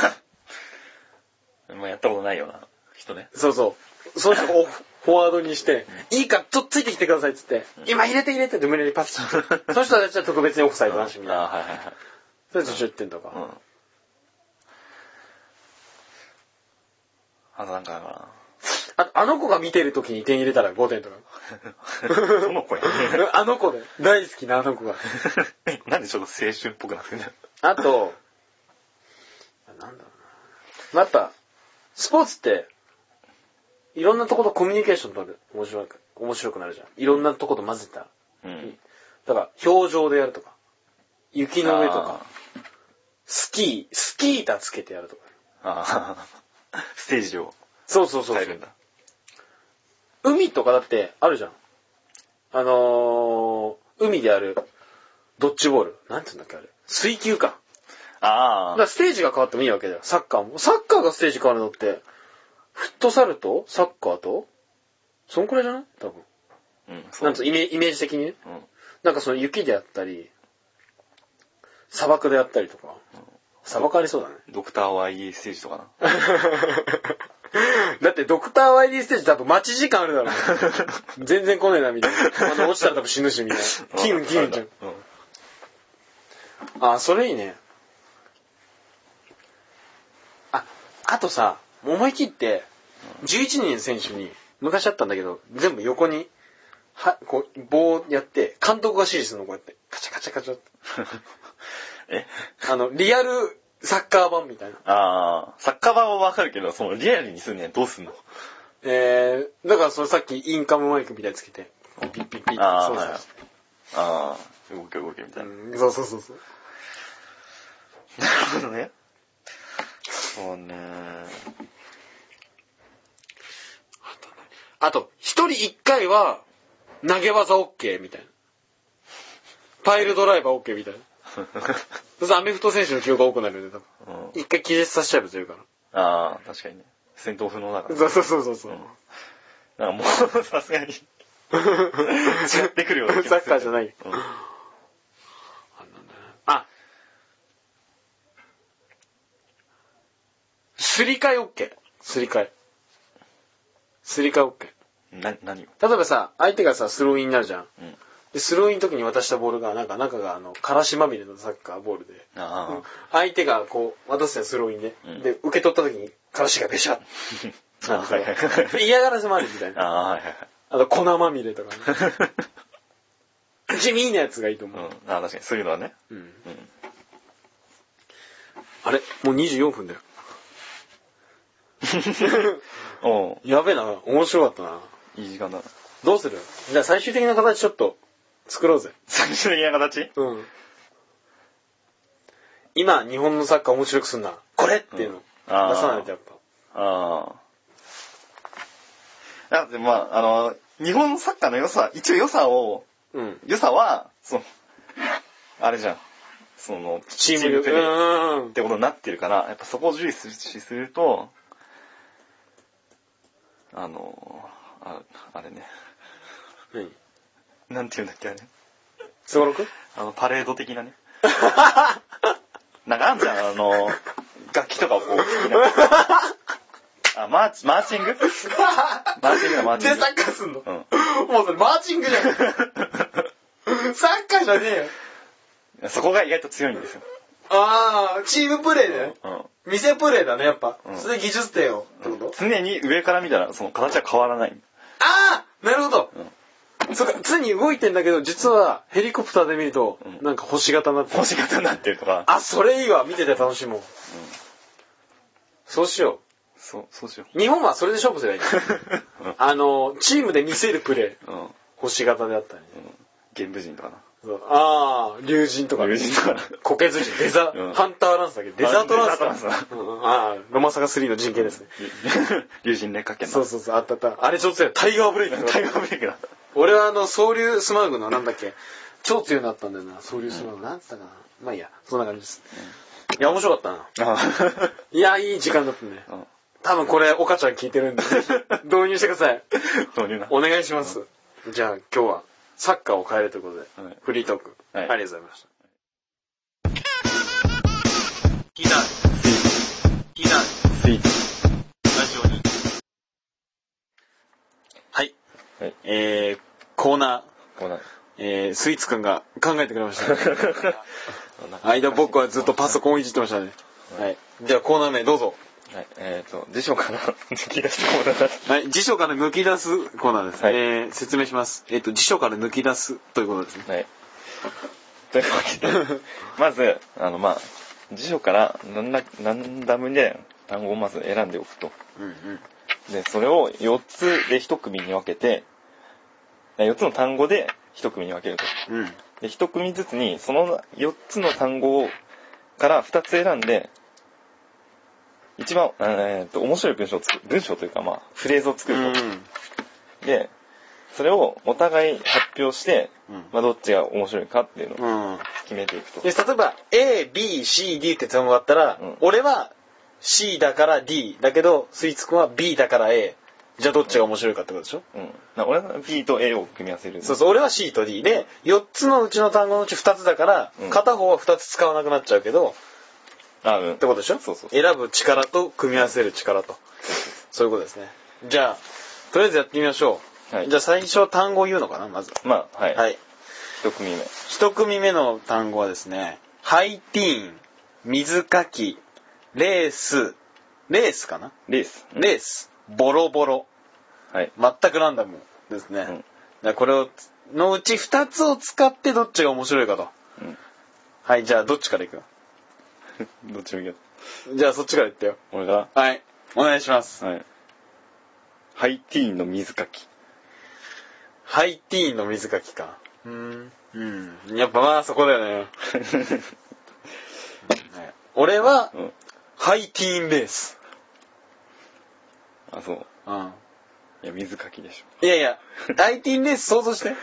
まあやったことないような人ね。
そうそう。その人をフォワードにして、いいからちょっとついてきてくださいっつって、今入れて入れてって胸にパス して、その人たちは特別にオフサイドなしみたい
あ
な。
あ、はいはいはい。
それと10点とか。
うん。あとなんかな
あと、あの子が見てる時に点入れたら5点とか。
どの子や
あの子で。大好きなあの子が。
なんでちょっと青春っぽくなってんだよ。
あと、なんだろうな。やっぱ、スポーツって、いろんなとことコミュニケーション取る。面白く、面白くなるじゃん。いろんなとこと混ぜた。
うん。
だから、表情でやるとか、雪の上とか、スキー、スキー板つけてやるとか。
あー。あーステージを
そうそうそう
変え
そ
るん
う。
だ。
海とかだって、あるじゃん。あのー、海でやる、ドッジボール。なんて言うんだっけ、あれ。水球か。だ
あ
からステージが変わってもいいわけだよ。サッカーも。サッカーがステージ変わるのって、フットサルとサッカーと、そんくらいじゃない多分。
あ。うん。そう
なんつうイメイメージ的にね。
うん。
なんかその雪であったり、砂漠であったりとか。砂漠ありそうだね。
ドクター YE ステージとかな。
だってドクター YD ステージ多分待ち時間あるだろ う。全然来ねえな、みたいな。あの、落ちたら多分死ぬし、みたい な。キンキンじゃん。
うん。
あ、それいいね。あ、あとさ、思い切って、11人の選手に、昔あったんだけど、全部横に、は、こう、棒をやって、監督が指示するの、こうやって。カチャカチャカチャって。
え
あの、リアルサッカー版みたいな。
ああ、サッカー版はわかるけど、そのリアルにするにはどうすんの
えー、だからそれさっきインカムマイクみたいにつけて、ピッピッピッって
あ
操
ーはい
作して。
ああ、動け動けみたいな。
うんそうそうそうそう。
なるほどね。そ うね。
あと、一人一回は、投げ技 OK みたいな。パイルドライバー OK みたいな。そうするとアメフト選手の記憶が多くなるよね、多分。
うん、
一回気絶させちゃえば強いか
ああ、確かにね。戦闘不能だから
ら。。そうそうそうそうそうう。
ん。なんかもう、さすが に、違ってくるような気
サ
が
ッ
する
カーじゃない。
うん。
あすり替え OK。すり替え。すり替え OK。
な、何を
例えばさ、相手がさ、スローインになるじゃん。
うん。
で、スローインの時に渡したボールが、なんか中があの、からしまみれのサッカーボールで。
あ
相手がこう、渡すやスローインで、
うん
で、受け取った時に、からしがべしゃっ
あ。ああ、はいはいはい。
て。嫌がらせもあるみたい
あ
な。
あ、はいは
あと、粉まみれとか ね。
いはい。
地味なやつがいいと
う
思
ん
う。。
ああ、確かに、そういうのはね。
うん
うん。
あれもう24分 だよ。
おう
やべえな。面白かったな。
いい時間だな。
どうするじゃあ最終的な形ちょっと作ろうぜ。
最終的な形
うん。今、日本のサッカー面白くすんな。これっていうの。
うん
出
あー
さないとやっぱ。
ああ。だって、まあ、あの、日本サッカーの良さ、一応良さを、
うん。
良さは、その、あれじゃん。その、
チーム
プ
力。
レ
う
ー
んうんう
っ
ん。
てことになってるから、やっぱそこを重視すると、あの、ああれね、
何
なんて言うんだっけ、あれ。
すごろく
あの、パレード的な ね。なんかあんじゃん、あの、楽器とか をこう弾きながら。あ、マーチ、マーチングマーチングだ、マーチング。
ッカーすんの
うん。
もうそれマーチングじゃん。 サッカーじゃねえよ。
そこが意外と強いんですよ。
ああ、チームプレーね。
うん
店プレーだね、やっぱ。
うん
それ技術点を。ってこと
常に上から見たら、その形は変わらない。
ああなるほど
うん。
そっか、常に動いてんだけど、実はヘリコプターで見ると
うん、
なんか星型になってる
星型になってるとか、
あ、それいいわ。見てて楽しいもん。そうしよ
そう、そうしよ
う。日本はそれで勝負すればいい。
う。うん
あの、チームで見せるプレー。
うん。
星型であったりね。
玄武人とかな。
そうああ、竜神とか、
龍神と か
コケズ人、デザ、
うん
ハンターランスだっけデザートランスだ。
デザートランスだ
うんうんああ、ロマサガ3の人形ですね。
竜神連かけんな。
そうそうそう、あったあった。あれ超強い。タイガーブレイク。
タイガーブレイクだ。
俺はあの、総流スマウグのなんだっけ超強いのあったんだよな。総流スマウグ。なんつったかな。まあいいや、そんな感じです。いや、面白かったな。
あ
いや、いい時間だったね。
あ。うん
多分これ、岡ちゃん聞いてるんで、 導入してください。
導入な。
お願いします。じゃあ今日は、サッカーを変えるということで、
はい
フリートーク、
はい
ありがとうございました。聞いた聞いた
スイーツ。
ラジオに。はい。
はい
えー、コーナ
こうな
ー、えー、スイーツくんが考えてくれました。
る。
間僕 はずっとパソコンをいじってましたね。はい。じゃあコーナー名どうぞ。
はい、えっ、ー、と、辞書から 抜き出してもらった。
はい。辞書から抜き出すコーナーです。
はい
えー、説明します。えっ、と、辞書から抜き出すということですね。
はい。というわけで、まず、あの、まあ、辞書からなんだ、ランダムで単語をまず選んでおくと。
うんうん。
で、それを4つで1組に分けて、4つの単語で1組に分けると。
うん。
で、1組ずつに、その4つの単語をから2つ選んで、一番、えっと、面白い文章を作る、文章というか、まあ、フレーズを作ると。で、それをお互い発表して、
うん
まあ、どっちが面白いかっていうのを
うん。
決めていくと。
で、例えば、A、B、C、D って単語があったら、
うん
俺は C だから D だけど、スイーツくんは B だから A。じゃあどっちが面白いかってことでしょ、
うん。な俺は B と A を組み合わせる。
そうそう、俺は C と D で、4つのうちの単語のうち2つだから、
うん
片方は2つ使わなくなっちゃうけど、
あ、うん。
ってことでしょ
そうそう
選ぶ力と組み合わせる力と。そういうことですね。じゃあ、とりあえずやってみましょう。
はい
じゃあ最初単語を言うのかな、まず。
まあ、はい。
はい。
一組目。
一組目の単語はですね、ハイティーン、水かき、レース、レースかな
レース。
レース、ボロボロ。
はい。
全くランダムですね。
うん
じゃあこれを、のうち二つを使ってどっちが面白いかと。はい、じゃあどっちからいく
うん。どっちもいいよ。
じゃあそっちからいってよ。
俺が、
はい、お願いします。
はい。ハイティーンの水かき。
ハイティーンの水かきか。うーん。うん。やっぱまあそこだよね。はい俺は、
うん。
ハイティーンレース。
あ、そう。
うん。
いや、水かきでし
いやいや、ハイティーンレース想像して。
ょ。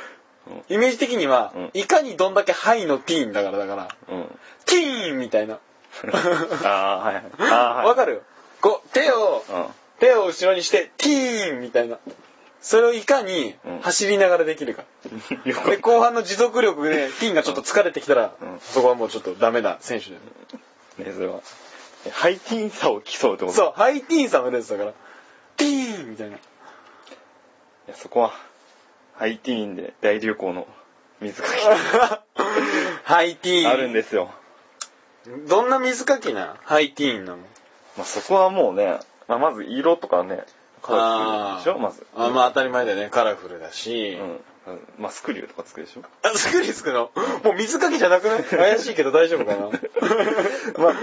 イメージ的には、
うん
いかにどんだけハイのティーンだからだから、
うん。うん。
ティーンみたいな。
あー、はいはい。あー、はい。
わかるこう、手を、
う
手を後ろにして、ティーンみたいな。それをいかに
うん
走りながらできるか。
ん。 よ
で、
く。
後半の持続力で、ティーンがちょっと疲れてきたら、
うん
そこはもうちょっとダメな選手だよね。
ね、それは。えハイティーンさを競うってこと
そう、ハイティーンさんのレースだから、ティーンみたいな。
いや、そこは、ハイティーンで大流行の水か
ハイティ
き
ーン。
あるんですよ。
どんな水かきなハイティーンなの
まあ、そこはもうね、まあ、まず色とかね、カラフルでしょまず。
あーまあ当たり前だよね。カラフルだし。
うん。まあ、スクリューとかつくでしょ
あ、スクリスクのもう水かけじゃなくない怪しいけど大丈夫かな
まあ、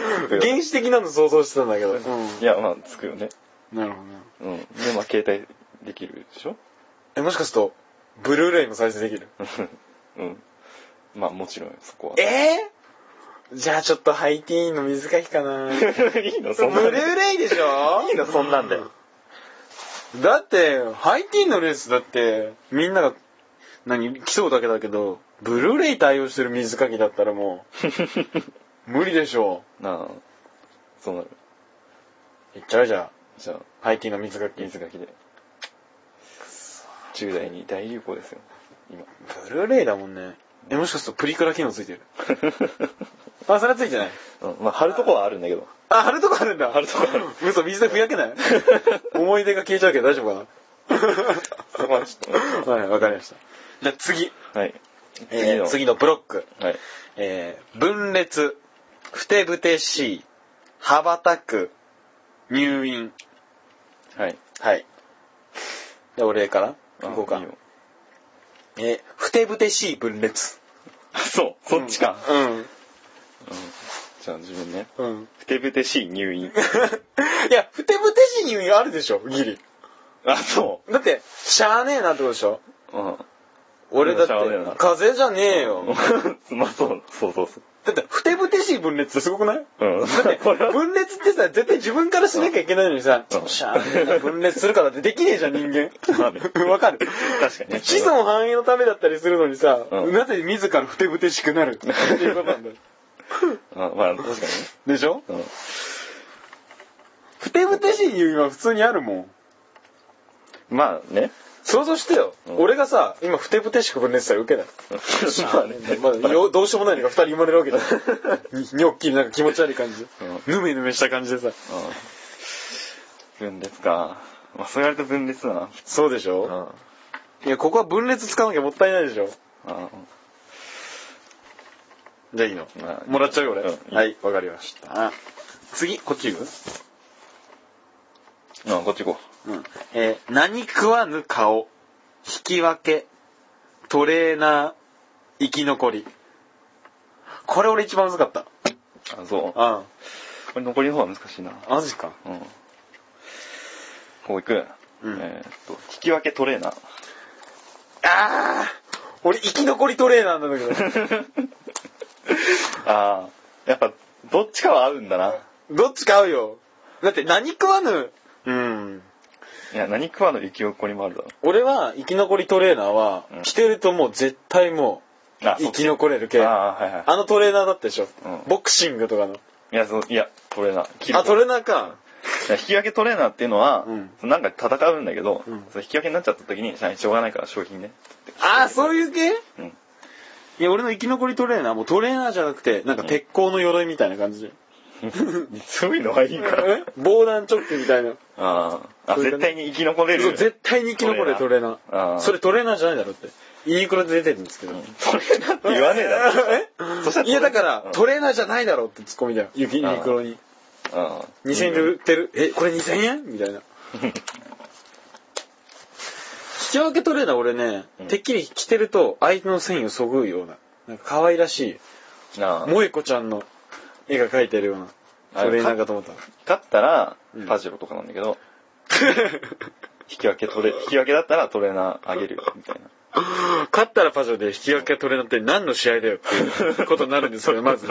原始的なの想像してたんだけど。
いや、まあ、つくよね。
なるほどね。
うん。で、まあ、携帯できるでしょ
え、もしかすると、ブルーレイも再生できる
うん。まあ、もちろん、そこは。
えー、じゃあちょっとハイティーンの水かきかなブル
いいのそんなん
ー
で。
レイでしょ
いいのそんなんで。
だって、ハイティーンのレースだって、みんなが、何、競うだけだけど、ブルーレイ対応してる水かきだったらも う、無理でしょ
なあ、そうなる。
う。いっちゃうじゃ
じゃあ、
あ、ハイティーンの水かき。
水かきで。10代に大流行ですよ、 今。
ブルーレイだもんね。え、もしかするとプリクラ機能ついてるあ、それはついてない。
うん、まあ、貼るとこはあるんだけど。
あ、貼るとこあるんだ。
貼るとこある。
嘘、水でふやけない 思い出が消えちゃうけど大丈夫かな
そこはちょっ
はい、わかりました。じゃあ次。
と。はい。
えー次のブロック。
はい。
えー分裂、ふてぶてしい、羽ばたく、入院。
はい。
はい。で、お礼から
あ
行こうか
いい。よ
えーふてぶてしい分裂。
あそう、そっちか。
うん。
じゃあ自分ね。
うん。
ふてぶてしい入院。
いや、ふてぶてしい入院あるでしょ、ギリ。
あ、そ
だって、しゃーねえなってことでしょ。
う。うん。
俺だって
しゃーねえな、
風邪じゃねえよ。
まあそう、そうそうそう。
だって、ふてぶてしい分裂ってすごくない
うん。
だって
これは、
分裂ってさ、絶対自分からしなきゃいけないのにさ、
うん
しゃあねえな分裂するからってできねえじゃん、人間
まあね。
わかる
確かにね
子孫繁栄のためだったりするのにさ、
うん
なぜ自らふてぶてしくなるっていうことなんだよ。
あまあ確かにね。
でしょ
うん。
ふてぶてしい入院は普通にあるもん。
まあね。
想像してよ。
うん
俺がさ、今ふてぶてしく分裂したらウケだ。
まあね。
まだよどうしようもないのが二人生まれるわけ だ。ににょっきりなんか気持ち悪い感じ。ぬめぬめした感じでさ。
うん分裂か。まあそう言われると分裂だな。
そうでし
う
ょ
ん。
いや、ここは分裂使わなきゃもったいないでしょ。
あ
じゃあいいの
まあ
もらっちゃうよ俺。
うん
はい、わかりました。次、こっち行く
あ、こっち行こ
うん。えー何食わぬ顔、引き分け、トレーナー、生き残り。これ俺一番難かった。
う。あ、そう。こ
あ
れ残りの方は難しいな。
あ、マジか。
うん。こう行く。
うん
えーっと、引き分けトレーナー。
ああ俺生き残りトレーナーなんだけ
ああ、やっぱ、どっちかは合うんだな。
ど、 どっちか合うよ。だって何食わぬ、うん。
いや、何食わぬ生き残りもあるだろ
俺は生き残りトレーナーは
うん、
着てるともう絶対もう
あ、
生き残れる系。
ああ、はいはい。
あのトレーナーだったでしょ、
うん
ボクシングとかの。
いや、そう、いや、トレーナー。切る
あ、トレーナーか。
いや引き分けトレーナーっていうのは、
うん
そのなんか戦うんだけど、
うん
その引き分けになっちゃった時に、しゃあしょうがないから商品ね。
あー、そういう系
うん。
いや、俺の生き残りトレーナーもうトレーナーじゃなくて、なんか鉄鋼の鎧みたいな感じで。
そういうのはいいから。
え防弾チョッキみたいな。
あーあ、
そういう
絶
感じ
対に生き残れる。
そう、絶対に生き残れるトレーナ
あ
ー。
ー
それトレーナーじゃないだろって。ユニクロで出てるんですけど。
それだって言わねえだろ。そしたら
えいや、だから、
うん
トレーナーじゃないだろってツッコミだよ。ユニクロに。
あー
2000円で売ってる。え、これ2000円みたい な。引き分けトレーナー俺ね
うん、
てっきり着てると相手の繊維をそぐうような、なんか可愛らしい、
あー
萌子ちゃんの絵が描いてるような
あ
トレーナーかと思 った。
勝ったら
うん、
パジェロとかなんだけど、引き分けトレ、引き分けだったらトレーナーあげるよ、みたいな。
勝ったらパジョで引き分けトレーナーって何の試合だよっていうことになるんですよね、ま ず。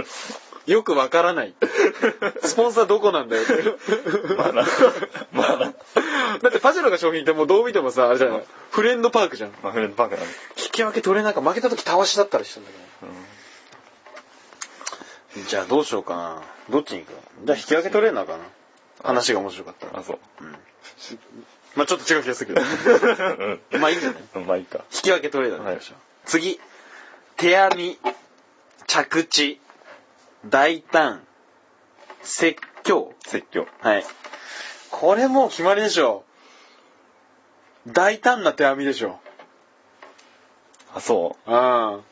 よくわからない。スポンサーどこなんだよっていう。
まあな。まあな。
だってパジェロが商品ってもうどう見てもさ、あれじゃないフレンドパークじゃん。
まあフレンドパークなんで。
引き分けトレーナーか負けた時たわしだったりしたんだけど。
うん
じゃあどうしようかな。どっちに行くじゃあ引き分けトレーナーかな。話が面白かったら。
あ、そう。
まあちょっと違う気がす るけ ど。まあいいんじゃない
うんまあいいか。
引き分けトレーナーにしましょう。次。手編み、着地、大胆、説教。
説教。
はい。これもう決まりでしょ。大胆な手編みでしょ。
あ、そう。
うん。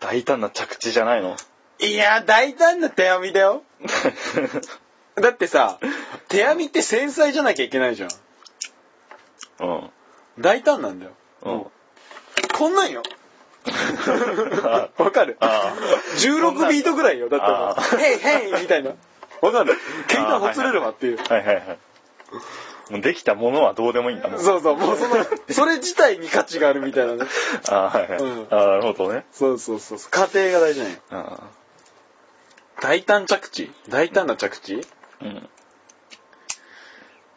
大胆な着地じ ゃないの。
いやー、大胆な手編みだよ。だってさ、手編みって繊細じゃなきゃいけないじゃん。
うん。
大胆なんだよ。
うん。
こん なんよ。 わかる
あ
?16 ビートぐらいよ。だ
あ
って
ー
もう、ヘイヘイみたいな。わかる 毛がほつれるわっていう。
はいはいはい。もうできたものはどうでもいいんだもん。
そうそう、もうその、それ自体に価値が あるみたいなね。
あはいはい。
うん
あなるほどね。
そうそうそうそう。過程が大事なんよ。
あ
大胆着地大胆な着地
うん。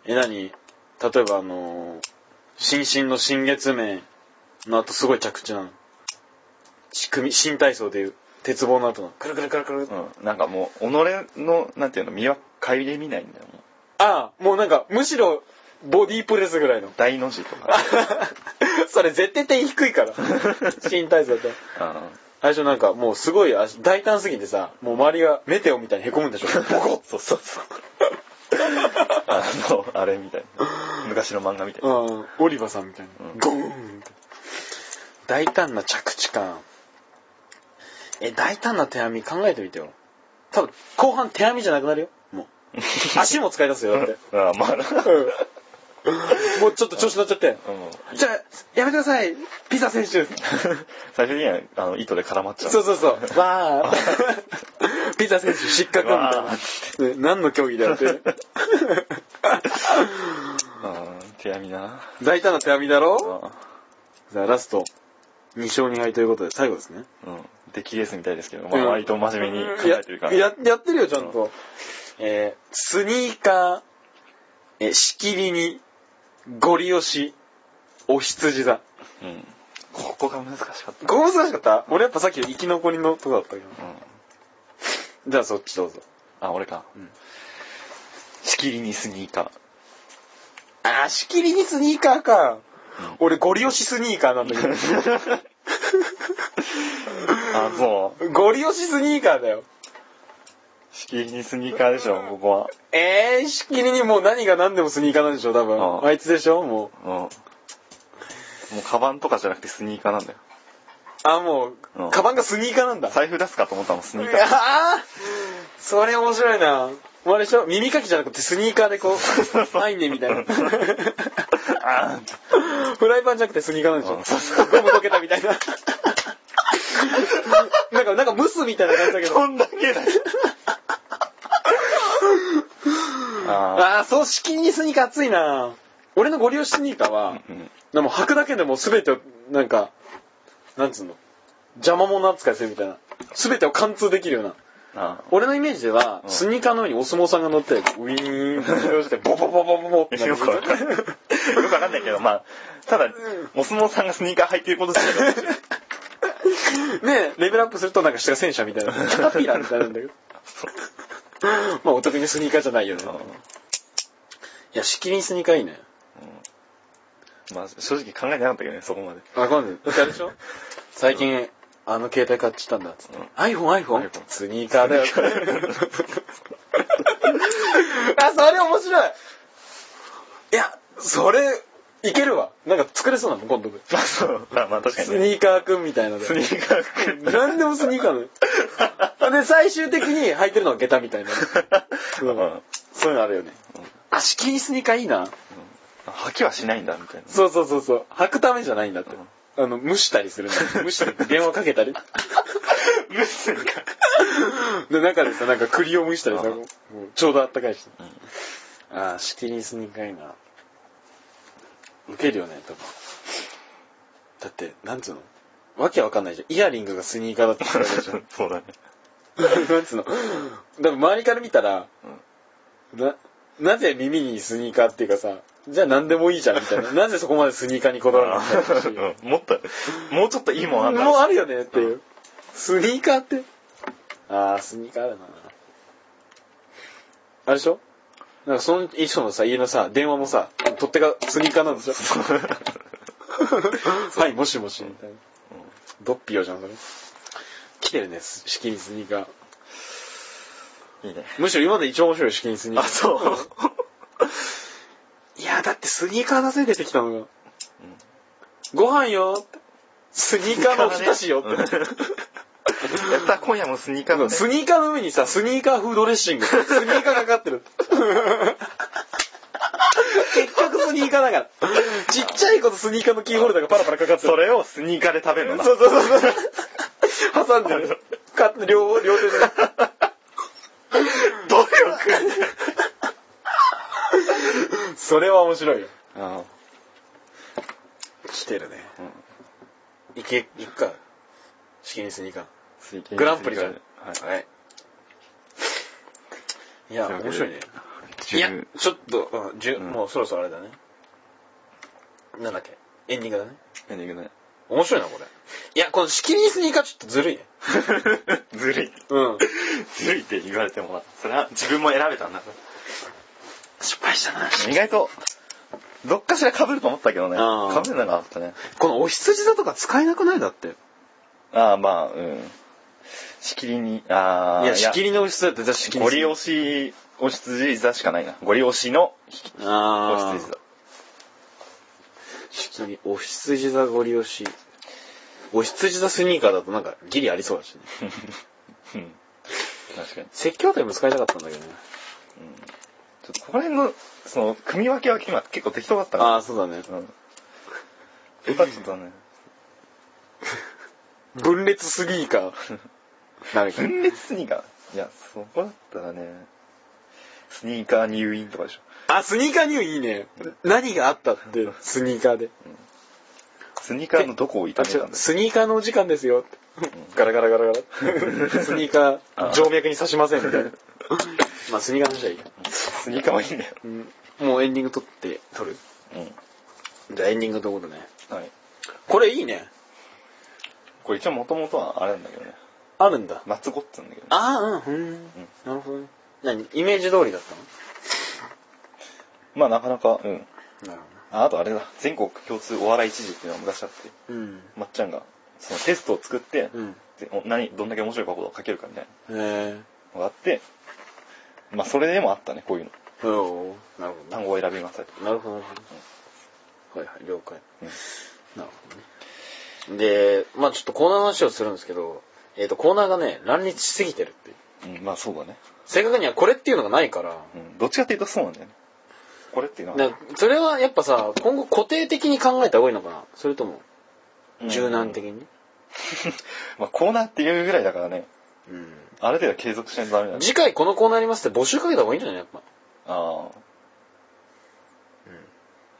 え、何例えばあのー、新進の新月面の後すごい着地なの。仕組み、新体操でいう、鉄棒の後の。くるくるくるくる。
うん。なんかもう、己の、なんていうの、身は顧みないんだよ。もう
ああ、もうなんか、むしろ、ボディープレスぐ らいの。
大の字とか。
それ絶対点低い から。新体操だったら。
あ
最初なんかもうすごい足大胆すぎてさ、もう周りがメテオみたいに凹むんでしょ。ボコッ
そうそうそう。あの、あれみたいな。昔の漫画みたいな。
うん、オリバさんみたいな。
うん
ゴーンって。大胆な着地感。え、大胆な手編み考えてみてよ。多分、後半手編みじゃなくなるよ。もう。足も使い出すよ、だ って。
あまあな。
うんもうちょっと調子乗っちゃって。
うん
じゃあ、やめてください、ピザ選手。
最終的には、あの、糸で絡まっちゃう。
そうそうそう。わあ。 ピザ選手失格みたい
わ
な。ね何の競技だよ って。
うん手編みな。
大胆な手編みだろ
う
じゃあラスト。2勝2敗ということで最後ですね。
ん。出来レースみたいですけど、まあ
うん
割と真面目に考えてるから。
やややってるよ、ちゃんと。えースニーカー、えーしきりに、ゴリ押し、お羊座。
うん。ここが難しかった。
ここ難しかった俺やっぱさっきの生き残りのとこだったけど。
うん。
じゃあそっちどうぞ。
あ、俺か。
うん
しきりにスニーカ
あー、しきりにスニーカーか。
ー。
俺ゴリ押しスニーカーなんだけど。
あ、そう。
ゴリ押しスニーカーだよ。
しきりにスニーカーでし ょ、ここ
えー、しきりにもう何が何でもスニーカーなんでしょ、多分。
あ
あ
あ
いつでしょ、もう。
は。うん。もう、カバンとかじゃなくてスニーカーなんだよ。
あ、も
うん
う、カバンがスニーカーなんだ。
財布出すかと思ったの、スニーカー。
ああそれ面白いな。もうあれでしょ耳かきじゃなくてスニーカーでこう、入んねみたいな。
あ ー
フライパンじゃなくてスニーカーなんでし
うんそう
ょゴム溶けたみたいな。 なんか、なんかムスみたいな感じだけど。
どんだけだよ。あ
ああ、そう、敷きにスニーカー熱いな。俺のゴリ押しスニーカーは、
ーうん
でも履くだけでもう全てを、なんか、なんつうの邪魔者扱いするみたいな。全てを貫通できるような。
あ
俺のイメージでは、
うん
スニーカーの上にお相撲さんが乗って、ウィーンって移動して、ボボボボボボって
ー。
なる
よくわかんない。よくわかんないけど、まあ、ただ、お相撲さんがスニーカー履いてること自体が
ねレベルアップするとなんか下が戦車みたいな。キャタピラーみたいなんだけど。 まあお得にスニーカーじゃないよね。
うん
いや、しきりにスニーカーいいね。
まあ、正直考えてなかったけどね、そこまで。
わかんない。だってあれでしょ最近、あの携帯買っちゃったんだっつって。
うん
iPhone、iPhone?
iPhone
スニーカー だよ。あ、それ面白いいや、それ、いけるわ。なんか作れそうなの、今度。
まあ、そう。まあ、まあ、確かに
ス
ね。
ニーカーくんみたいなので
スニーカーくん。
何でもスニーカー のよ。で、最終的に履いてるのは下駄みたいな。う
う。
ん
うん
んそういうのあるよね。あ、敷にスニーカーいいな。
履きはしないんだ、みたいな。
そうそうそうそう。履くためじゃないんだって。あの、蒸したりするんだよ 蒸したり、電話かけた り。
無視か。
で、中でさ、なんか栗を蒸したりさ、
うん
もうちょうどあったかいし。
うん
あー、敷にスニーカーいいな。ウケるよね、多分。だって、なんつうのわけわかんないじゃん。イヤリングがスニーカーだって言ったでしょ。
そうだね。
なんつうの。でも周りから見たら、な、なぜ耳にスニーカーっていうかさ、じゃあ何でもいいじゃんみたい な。なぜそこまでスニーカーにこだわるのみたいな話
うんもっと、もうちょっと いいもんあんだ。
もうあるよねっていう。スニーカーって。あー、スニーカーだな。あれでしょなんかその衣装のさ、家のさ、電話もさ、取っ手がスニーカーなんで しょはい、もしもし、みたいな。ドッピオじゃん、それ。来てるね、す式にスニーカー。
いいね。
むしろ今まで一番面白い式にスニー
あ、
カー。
そう。
いや、だってスニーカーだせ出てきたのが。ご飯よってスニーカーのおひたしよって。
やった、今夜もスニーカーの。
スニーカーの上にさ、スニーカー風ドレッシング。スニーカーがかか ってる。結局スニーカーだから。ちっちゃいことスニーカーのキーホルダーがパラパラかかって
そ
る。
れをスニーカーで食べるのな。
そうそうそうそう。挟んでる。か両両手で。
努力
それは面白いよ。
あ
来てるね。
うん
いけ、いくか。試験スニーカー。
あ
グランプリじゃん
はい。
はい。いや、面白いね。いや
10、
ちょっと、うん、じゅ
うん
もうそろそろあれだね。なんだっけエンディングだね。
エンディングね。
面白いな、これ。いや、この仕切りスニーカーちょっとずるいね。
ずるい。
うん。
ずるいって言われてもな、それは自分も選べたんだ。
失敗したな。
意外と、どっかしら被ると思ったけどね。
あー
被るのがあったね。
このお羊座とか使えなくないだって。
ああ、まあ、うん。しきりに、ああ、
いや、仕切りのお羊座って、じゃあ仕切り
ゴリ
を。
押し、お羊座しかないな。ゴリ押しのお
あ
羊
あ。
座。
仕切り、お羊座ゴリ押し。お羊座スニーカーだとなんかギリありそうだしね。
うん。確かに。
説教体も使いたかったんだけどね。
ちょっとここら辺の、その、組み分けは今結構適当だったから。
ああ、そうだね。
うん。よかったね。
分裂スニーカー。なんか。
分裂スニーカー。いや、そこだったらね、スニーカー入院とかでしょ。
あ、スニーカーニューいいね。何があったって、スニーカーで。
スニーカーのどこを痛
あ、
め
違
たん
う、
だ
スニーカーのお時間ですよ。ガラガラガラガラ。 スニーカー、静脈に刺しませんみ たいな。まあ、スニーカーの話はいいや。
スニーカーはいいんだよ。
うんもうエンディング撮って、撮る
うん。
じゃあエンディングどこだね。
はい。
これいいね。
これ一応もともとはあれなんだけどね。
あるんだ。
マツゴって言うんだけど、ね、
ああ、うん、うん。なるほどね。何イメージ通りだった
まあなかなか、うん。
のなる
ああとあれだ、全国共通お笑い知事っていうのが昔あって、
ほど。うん。
まっちゃんが、そのテストを作って、
うん。
でお何、どんだけ面白いことを書けるかみたい
へえ。
なのがあって、まあそれでもあったね、こういうの。
おうなるほど
単
ね。
語を選びなさいと。
なるほど、なるほど。はいはい、了解。
うん。
なるほどね。で、まあちょっとコーナーの話をするんですけど、えっ、と、コーナーがね、乱立しすぎてるっていう。
うん、まあそうだね。
正確にはこれっていうのがないから、
うん。どっちかっていうとそうなんだよね。これっていうのは
だ、からそれはやっぱさ、今後固定的に考えた方がいいのかなそれとも、
うん
柔軟的。に、
まあコーナーっていうぐらいだからね、
うん、
ある程度継続しないとダメなんだね
次回このコーナーありますって募集かけた方がいいんじゃないやっぱ。
ああ、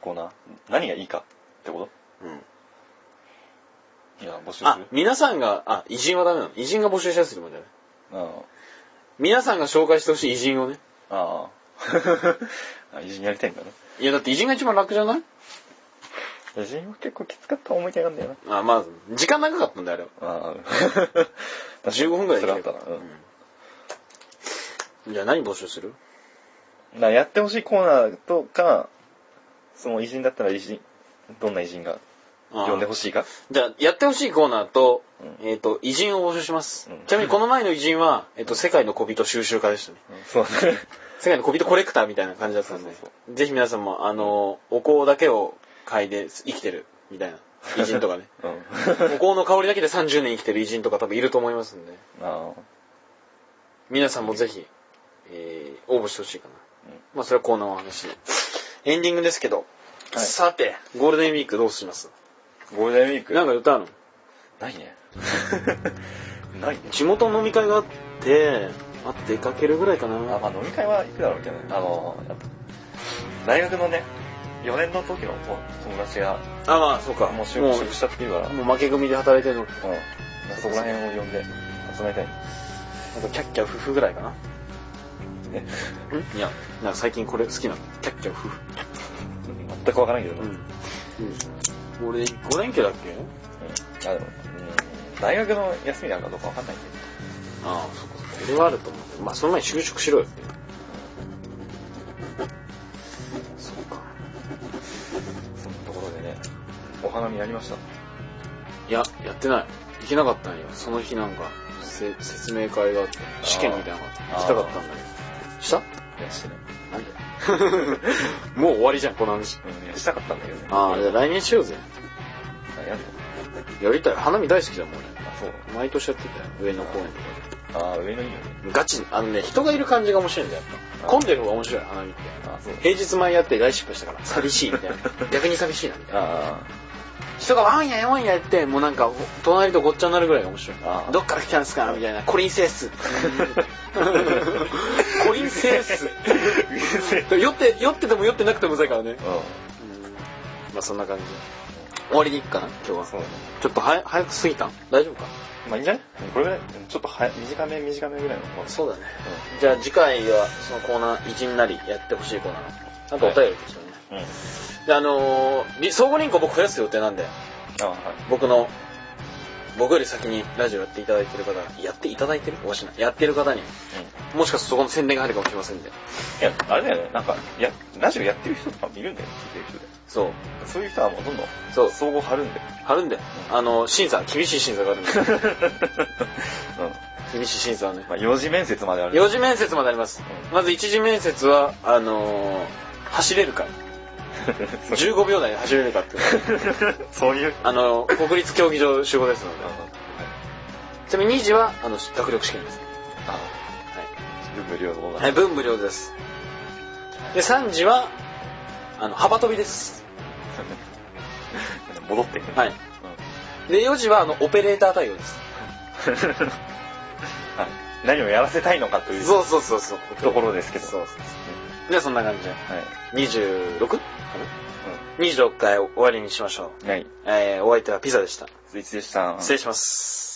コーナー。何がいいかってこ
うん。うん。
といや、募集する
あ、皆さんが、あ、偉人はダメなの。偉人が募集したりするもんじゃない。
あ
皆さんが紹介してほしい偉人をね。
あ。あ あ。偉人やりたいんだね。
いや、だって偉人が一番楽じゃない
偉人は結構きつかった思い出なんだよな。
あ、まあ、時間長かったんだよ、あれは。
ああ。
15分ぐらい
そ
で
れ
き
あ
る
ったな。
うんじゃあ何募集する
うん。なやってほしいコーナーとか、その偉人だったら偉人、どんな偉人が呼んでほ
しい。
しいか。
じゃあ、やってほしいコーナーと、
うん
えっ、と、偉人を募集します。
うん
ちなみにこの前の偉人は、えっ、と、世界の小人収集家でしたね。
うん そうだね。
世界の小人コレクターみたいな感じだったんで、
そうそう
ぜひ皆さんも、あの、お香だけを嗅いで生きてる、みたいな。偉人とかね。
うん。
お香の香りだけで30年生きてる偉人とか多分いると思いますんで、
あ
皆さんもぜひ、えー、応募してほしいかな。
うん
まあ、それはコーナーの話。エンディングですけど、
はい
さて、ゴールデンウィークどうします
あ。ゴールデンウィーク
なんか歌うの
ないね。 ないね。
地元飲み会があって、まあ、出かけるぐらいかな。
あまあ飲み会は行くだろうけどね。あの、やっぱ大学のね、4年の時の友友達が、
あ、まあ、そうか。
もう就
も
職したっていうから、
う
うん。
もう負け組で働いてるの。
そこら辺を呼んで集まりたい。
あと、キャッキャ夫婦ぐらいかな。
ね。
んいや、なんか最近これ好きなの。キャッキャ夫婦。
全くわからんけど
う。
な。う
う
ん。
ん
あ、
ん。俺、5連休だっけ
でも、うん、大学の休みなんかどうかわかんないけ
ああ、そこそこ。それはあると思う。まあ、その前に就職しろよって。そうか。
ど、そのところでね、お花見やりました。
いや、やってない。行けなかったんよ。その日なんか、せ説明会があって、試験みたいなのがあって、
あー
したかったんだけど。した
いや、してない。
なんで もう終わりじゃん、この話。
うん、いや、したかったんだけどね。
ああ、じゃあ来年しようぜ。
あやんの
やりたい。花見大好きだもん、
あ、そう。
俺。毎年やってたよ、上野公園とか
あ、上のいいよね。
で。ガチ、あのね、人がいる感じが面白いんだよ、やっぱ。
あー
混んでる方が面白い、花見って。
あ、そう。
平日前やって大失敗したから、寂しいみ たいな。逆に寂しいな、みたいな。
あ
人がワンやワンやって、もうなんか、隣とごっちゃになるぐらいが面白い
あ。ー
どっから来たんすかみたいな。 コリンセース。コリンセース。 酔って、酔ってても酔ってなくてもうざいからね
あ。。うん。
まあそんな感じ。終わりに行くかな、今日
そ
は。
うだね。
ちょっとはや早く過ぎた大丈夫か
まあいいんじゃないこれぐらい、ちょっと早い短め短めぐらいの。うん
そうだね。じゃあ次回は、そのコーナー、偉人なりやってほしいコーナー。あとお便りですよね。
うん。あ
で、あのーり相互リンクを僕増やす予定なんで、
はい。
僕の、僕より先にラジオやっていただいてる方、やっていただいてるおかしいな。やってる方に、
うん。
もしかするとそこの宣伝が入るかもしれませんで。
いや、あれだよね。なんか、や、ラジオやってる人とかもいるんだよ。聞いてる人で。
そう。
そういう人はもうどんどん、
そう
総合張る んだよ。
貼るんで。あの、審査、厳しい審査があ るんで。
うん。
厳しい審査はね。
まあ、幼児面接まであ る。
4次面接まであります。まず1次面接は、あのー走れるか。 15秒台で走れるかっていう
そういう。
あの国立競技場集合ですので
あ
ちなみに2時はあの学力試験です、
あ、
は
文武両道
い
だ。
はい、文武両道ですで3時はあの幅跳びです、
戻ってくる。
はい、で4時はあのオペレーター対応です
はい。何をやらせたいのかという
そうそうそうそう
ところですけど。
そう
は
そうそうではそんな感じで
い。
26かな26回終わりにしましょう、
うん。はい。
えー、お相手はピザでした
スイッチでした。
失礼します